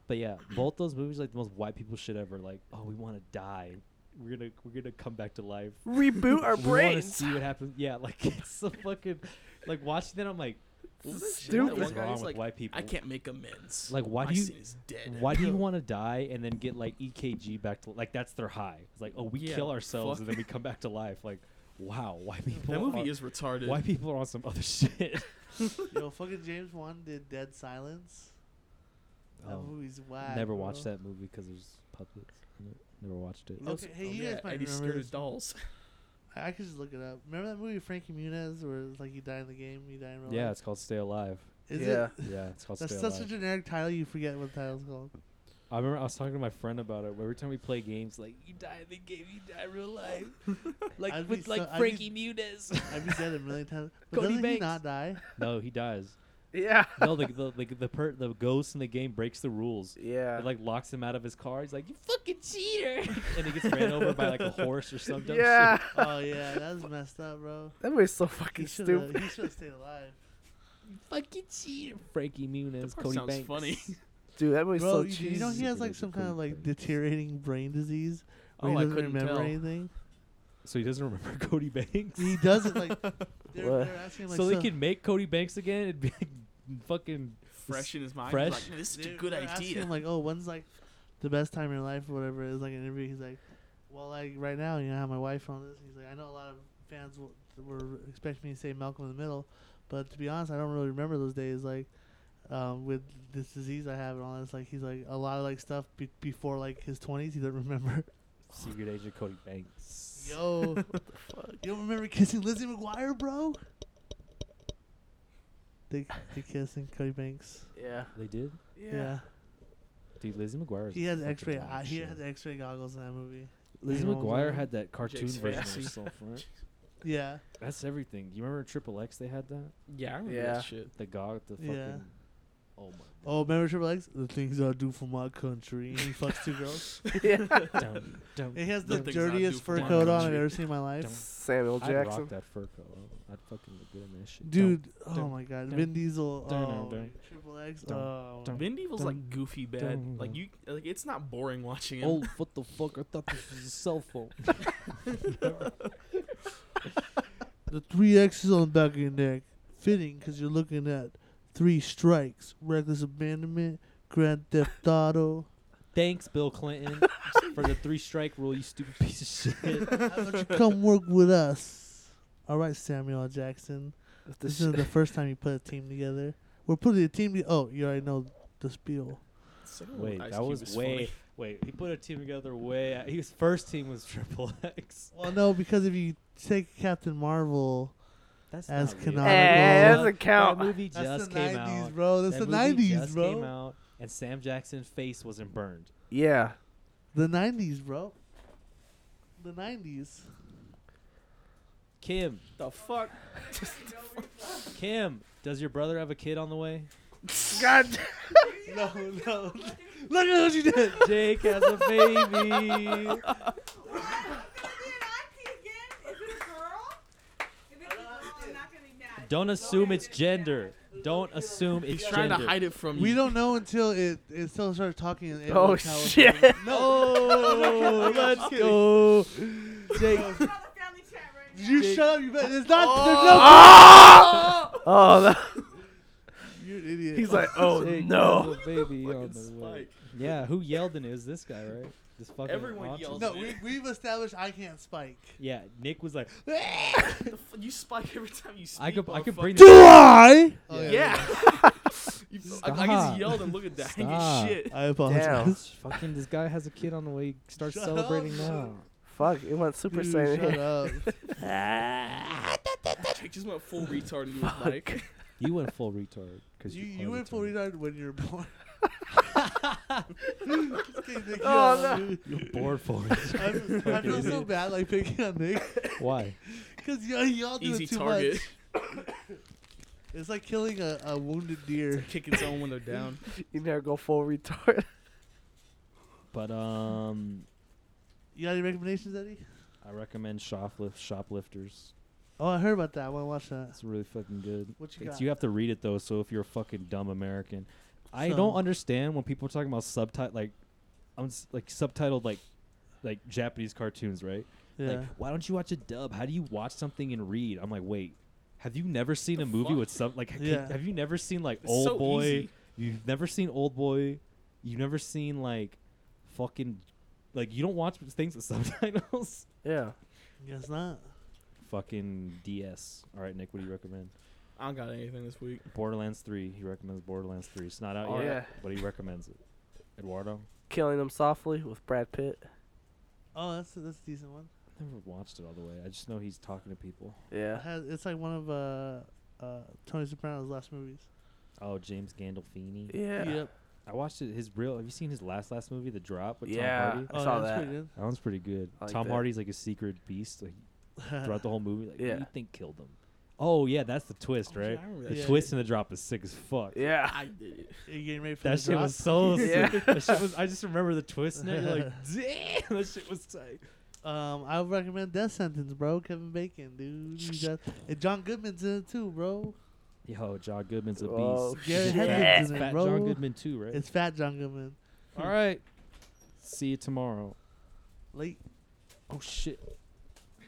S2: But yeah, both those movies like the most white people shit ever. Like, oh, we want to die. We're gonna we're gonna come back to life.
S4: Reboot our
S2: we want to
S4: brains.
S2: see what happens. Yeah, like it's so fucking like watching that. I'm like,
S3: Well,
S4: This is
S3: that one
S4: stupid.
S2: what's
S3: guy
S2: wrong
S3: is
S2: with
S3: like,
S2: white people?
S3: I can't make amends.
S2: Like, why
S3: My
S2: do you
S3: sin is dead.
S2: Why do you want to die and then get like EKG back to like that's their high? It's like oh we
S3: Yeah,
S2: kill ourselves
S3: fuck.
S2: and then we come back to life. Like wow, why people?
S3: That movie
S2: are,
S3: is retarded.
S2: why people are on some other shit.
S1: Yo, fucking James Wan did Dead Silence. That
S2: Um,
S1: movie's wild.
S2: never watched that movie because there's puppets. in it. Never watched it.
S1: Okay, hey, you guys might
S3: and he's
S1: remember
S3: scared
S1: this
S3: of dolls.
S1: I, I could just look it up. Remember that movie Frankie Muniz, where it's like you die in the game, you die in real
S2: Yeah,
S1: life.
S2: it's called Stay Alive.
S1: Is
S4: Yeah.
S1: it?
S2: Yeah, it's called
S1: That's
S2: Stay
S1: such a
S2: Alive.
S1: generic title. You forget what the title's called.
S2: I remember I was talking to my friend about it. where Every time we play games, like you die in the game, you die in real life, like
S1: I'd be
S2: with
S1: so-
S2: like
S1: I'd be-
S2: Frankie Muniz.
S1: I've been said it a million times. But
S2: Cody
S1: doesn't he
S2: Banks.
S1: not die?
S2: no, he dies.
S4: Yeah.
S2: No, the the the the, per- the ghost in the game breaks the rules.
S4: yeah.
S2: It like locks him out of his car. He's like, "You fucking cheater!" and he gets ran over by like a horse or some dumb
S4: yeah.
S2: shit.
S1: Oh yeah, that was messed up, bro.
S4: that movie's so
S1: He
S4: fucking
S1: should have.
S4: stupid.
S1: He should have stayed alive.
S2: You fucking cheater! Frankie Muniz,
S3: part
S2: Cody
S3: sounds
S2: Banks.
S3: funny.
S4: Dude, that movie's
S1: Bro,
S4: so
S1: you, you know
S4: cheesy.
S1: he has
S2: Stupid
S1: like
S2: as a
S1: some kind of
S2: Cody
S1: like
S2: Banks.
S1: deteriorating brain disease where
S3: Oh, I
S1: he doesn't
S3: couldn't
S1: remember
S3: tell.
S1: anything.
S2: So he doesn't remember Cody Banks.
S1: He doesn't like. They're,
S4: What?
S1: they're asking him like.
S2: so they can make Cody Banks again and be like, fucking
S3: Fresh in his mind.
S2: Fresh?
S3: He's like, "No, this is a
S1: they're-
S3: good
S1: they're asking
S3: idea.
S1: Him, like, oh, when's like the best time in your life or whatever it is like an interview. He's like, well, like right now, you know, I have my wife on this. He's like, I know a lot of fans will, were expecting me to say Malcolm in the Middle, but to be honest, I don't really remember those days. Like. Um, with this disease I have and all this, like he's like a lot of like stuff be- before like his twenties, he doesn't remember.
S2: secret agent Cody Banks.
S1: Yo, you don't remember kissing Lizzie McGuire, bro? They they kissing Cody Banks.
S4: Yeah.
S2: They did.
S1: Yeah,
S2: Dude, Lizzie McGuire. is
S1: he
S2: a
S1: has
S2: fucking
S1: X-ray.
S2: hot
S1: eye- he
S2: shit.
S1: has X-ray goggles in that movie.
S2: Lizzie
S1: You know what I'm
S2: McGuire
S1: saying?
S2: had that cartoon
S3: Jake's
S2: version of
S3: fancy.
S2: herself, right?
S1: Yeah,
S2: That's everything. You remember Triple X? They had that.
S3: Yeah, I remember
S4: Yeah.
S3: that shit.
S2: The gog. The fucking.
S1: Yeah.
S2: Oh my.
S1: Oh, remember Triple X? The things I do for my country. And he fucks two girls.
S4: yeah.
S2: Dum, dum,
S1: And he has
S3: The
S1: the,
S3: things I do
S1: dirtiest
S3: for
S1: fur
S3: my
S1: coat on I've
S3: country.
S1: ever seen in my life.
S4: Samuel
S2: I'd rock
S4: Jackson.
S2: that fur coat. Oh, I'd fucking look good in that shit. Dum,
S1: Dude, oh
S2: dum,
S1: my god.
S2: dum,
S1: Vin Diesel.
S2: dum,
S1: Oh,
S2: dum,
S1: Triple X.
S2: dum,
S1: Oh.
S2: dum.
S3: Vin Diesel's
S2: Dun,
S3: like goofy bad.
S2: dun, dun.
S3: Like you, like it's not boring watching him.
S2: Oh, what the fuck? I thought this was a cell phone.
S1: The three X's on the back of your neck. Fitting because you're looking at three strikes reckless abandonment, Grand Theft Auto.
S2: Thanks, Bill Clinton, for the three strike rule, you stupid piece of shit.
S1: How about you come work with us? All right, Samuel L. Jackson.
S4: With the
S1: This is
S4: sh-
S1: the first time you put a team together. We're putting a team. Be- oh, you already know the spiel.
S3: Second
S2: Wait,
S3: oh, Ice
S2: that
S3: Cube
S2: was
S3: is
S2: way.
S3: funny.
S2: Wait, he put a team together way. Out. His first team was Triple X.
S1: Well, no, because if you take Captain Marvel,
S2: That's
S1: As
S2: not real.
S1: canonical.
S4: Eh,
S1: That
S4: doesn't
S2: That
S4: count.
S2: movie
S1: that's
S2: just
S1: the
S2: came
S1: '90s,
S2: out.
S1: bro. That's
S2: that
S1: the
S2: movie
S1: '90s,
S2: just Came
S1: bro.
S2: out, and Sam Jackson's face wasn't burned.
S4: Yeah.
S1: The '90s, bro. The '90s.
S2: Kim,
S3: The fuck?
S2: Kim, does your brother have a kid on the way?
S4: God.
S1: No, no. Look at what you did.
S2: Jake has a baby. Don't assume it's gender. Don't assume
S3: He's
S2: it's
S3: trying
S2: gender.
S3: to hide it from
S1: We
S3: you.
S1: don't know until it it still starts talking. And
S4: Oh,
S1: everyone tells us.
S4: shit.
S2: Oh, let's go. Jake,
S1: You
S2: Jake-
S1: shut up. You bet. It's not. there's
S4: Oh, that,
S1: no. You're an idiot.
S4: he's like, oh
S2: Jake
S4: no.
S2: has a baby
S3: Fucking
S2: on the way.
S3: Spike.
S2: Yeah, who yelled in it? It was this guy, right? This fucking
S3: Everyone
S2: autism.
S3: yells.
S1: No, we, we've established I can't spike. Oh,
S2: Yeah, Nick was like,
S3: The f- you spike every time you speak.
S2: I could, I could bring
S3: motherfucker.
S1: I?
S2: this. Oh, yeah,
S3: Yeah. You- I, I
S2: Stop.
S3: just yelled and look at that. I
S2: Stop.
S3: get shit.
S1: I
S4: Damn.
S1: apologize.
S2: Fucking, this guy has a kid on the way. Start
S1: Shut up.
S2: celebrating now.
S4: Fuck, it went Super
S1: Dude,
S4: Saiyan.
S1: shut up.
S3: Jake just went full retard into his mic.
S2: You went full retard because
S1: you
S2: you,
S1: you
S2: are
S1: went full retard when you were born. Just kidding, Nick, you
S4: Oh,
S1: know,
S4: no.
S1: dude.
S2: You're bored for it.
S1: I, feel- I feel so bad like picking on Nick
S2: Why?
S1: because y'all, y'all do
S3: Easy
S1: it too
S3: target.
S1: much. It's like killing a, a wounded deer.
S3: Kicking someone when they're down.
S4: You never go full retard.
S2: But um,
S1: You got any recommendations, Eddie?
S2: I recommend shoplift shoplifters.
S1: Oh, I heard about that. I want to watch that.
S2: It's really fucking good.
S1: What you
S2: It's,
S1: got?
S2: you have to read it though. So if you're a fucking dumb American, I
S1: So-
S2: don't understand when people are talking about subtitle like, I'm s- like subtitled like, like Japanese cartoons, right?
S1: yeah.
S2: Like, why don't you watch a dub? How do you watch something and read? I'm like, wait, have you never seen
S3: The
S2: a movie
S3: fuck?
S2: with some like? can-
S1: Yeah.
S2: Have you never seen like
S3: It's
S2: Old
S3: so
S2: Boy?
S3: easy.
S2: You've never seen Old Boy. You've never seen like, fucking, like you don't watch things with subtitles.
S4: Yeah.
S1: Guess not.
S2: fucking DS. All right, Nick, what do you recommend?
S3: I don't got anything this week.
S2: Borderlands 3. He recommends Borderlands 3. It's not out
S4: Oh,
S2: yet,
S4: yeah.
S2: but he recommends it. Eduardo?
S4: Killing Them Softly with Brad Pitt.
S1: Oh, that's a, that's a decent one.
S2: Never watched it all the way. I just know he's talking to people.
S1: It
S4: Yeah.
S1: has, it's like one of uh, uh, Tony Soprano's last movies.
S2: Oh, James Gandolfini.
S4: Yeah.
S1: Yep.
S2: I watched it. His real. Have you seen his last last movie, The Drop? With
S4: Yeah.
S2: Tom Hardy?
S4: I saw
S1: Oh, that's
S4: that.
S1: pretty good.
S2: That one's pretty good.
S4: I like
S2: Tom
S4: that.
S2: Hardy's like a secret beast. Like
S1: Uh-huh.
S2: throughout the whole movie, like
S4: Yeah.
S2: who do you think killed him? Oh yeah, that's the twist,
S3: Oh, shit,
S2: right?
S3: I remember
S2: The
S3: that
S1: Yeah.
S2: twist in the drop is sick as fuck.
S4: Yeah.
S3: I did it.
S1: You're getting ready for
S2: That
S1: the
S2: shit was
S1: drop?
S2: so
S4: Yeah.
S2: sick. That shit was, I just remember the twist in it. You're like, damn, that shit was tight.
S1: Um, I would recommend Death Sentence, bro. Kevin Bacon, dude. He's got- and John Goodman's in it too, bro.
S2: Yo, John Goodman's a
S4: Whoa,
S2: beast.
S1: Gary
S2: Fat-
S1: Hedlund's in it,
S2: Fat
S1: bro.
S2: John Goodman too, right?
S1: It's Fat John Goodman.
S2: All right. See you tomorrow.
S1: Late.
S2: Oh shit.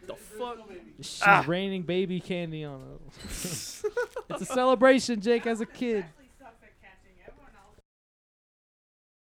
S3: The fuck?
S4: Ah.
S2: She's raining baby candy on us. it's a celebration Jake has a kid.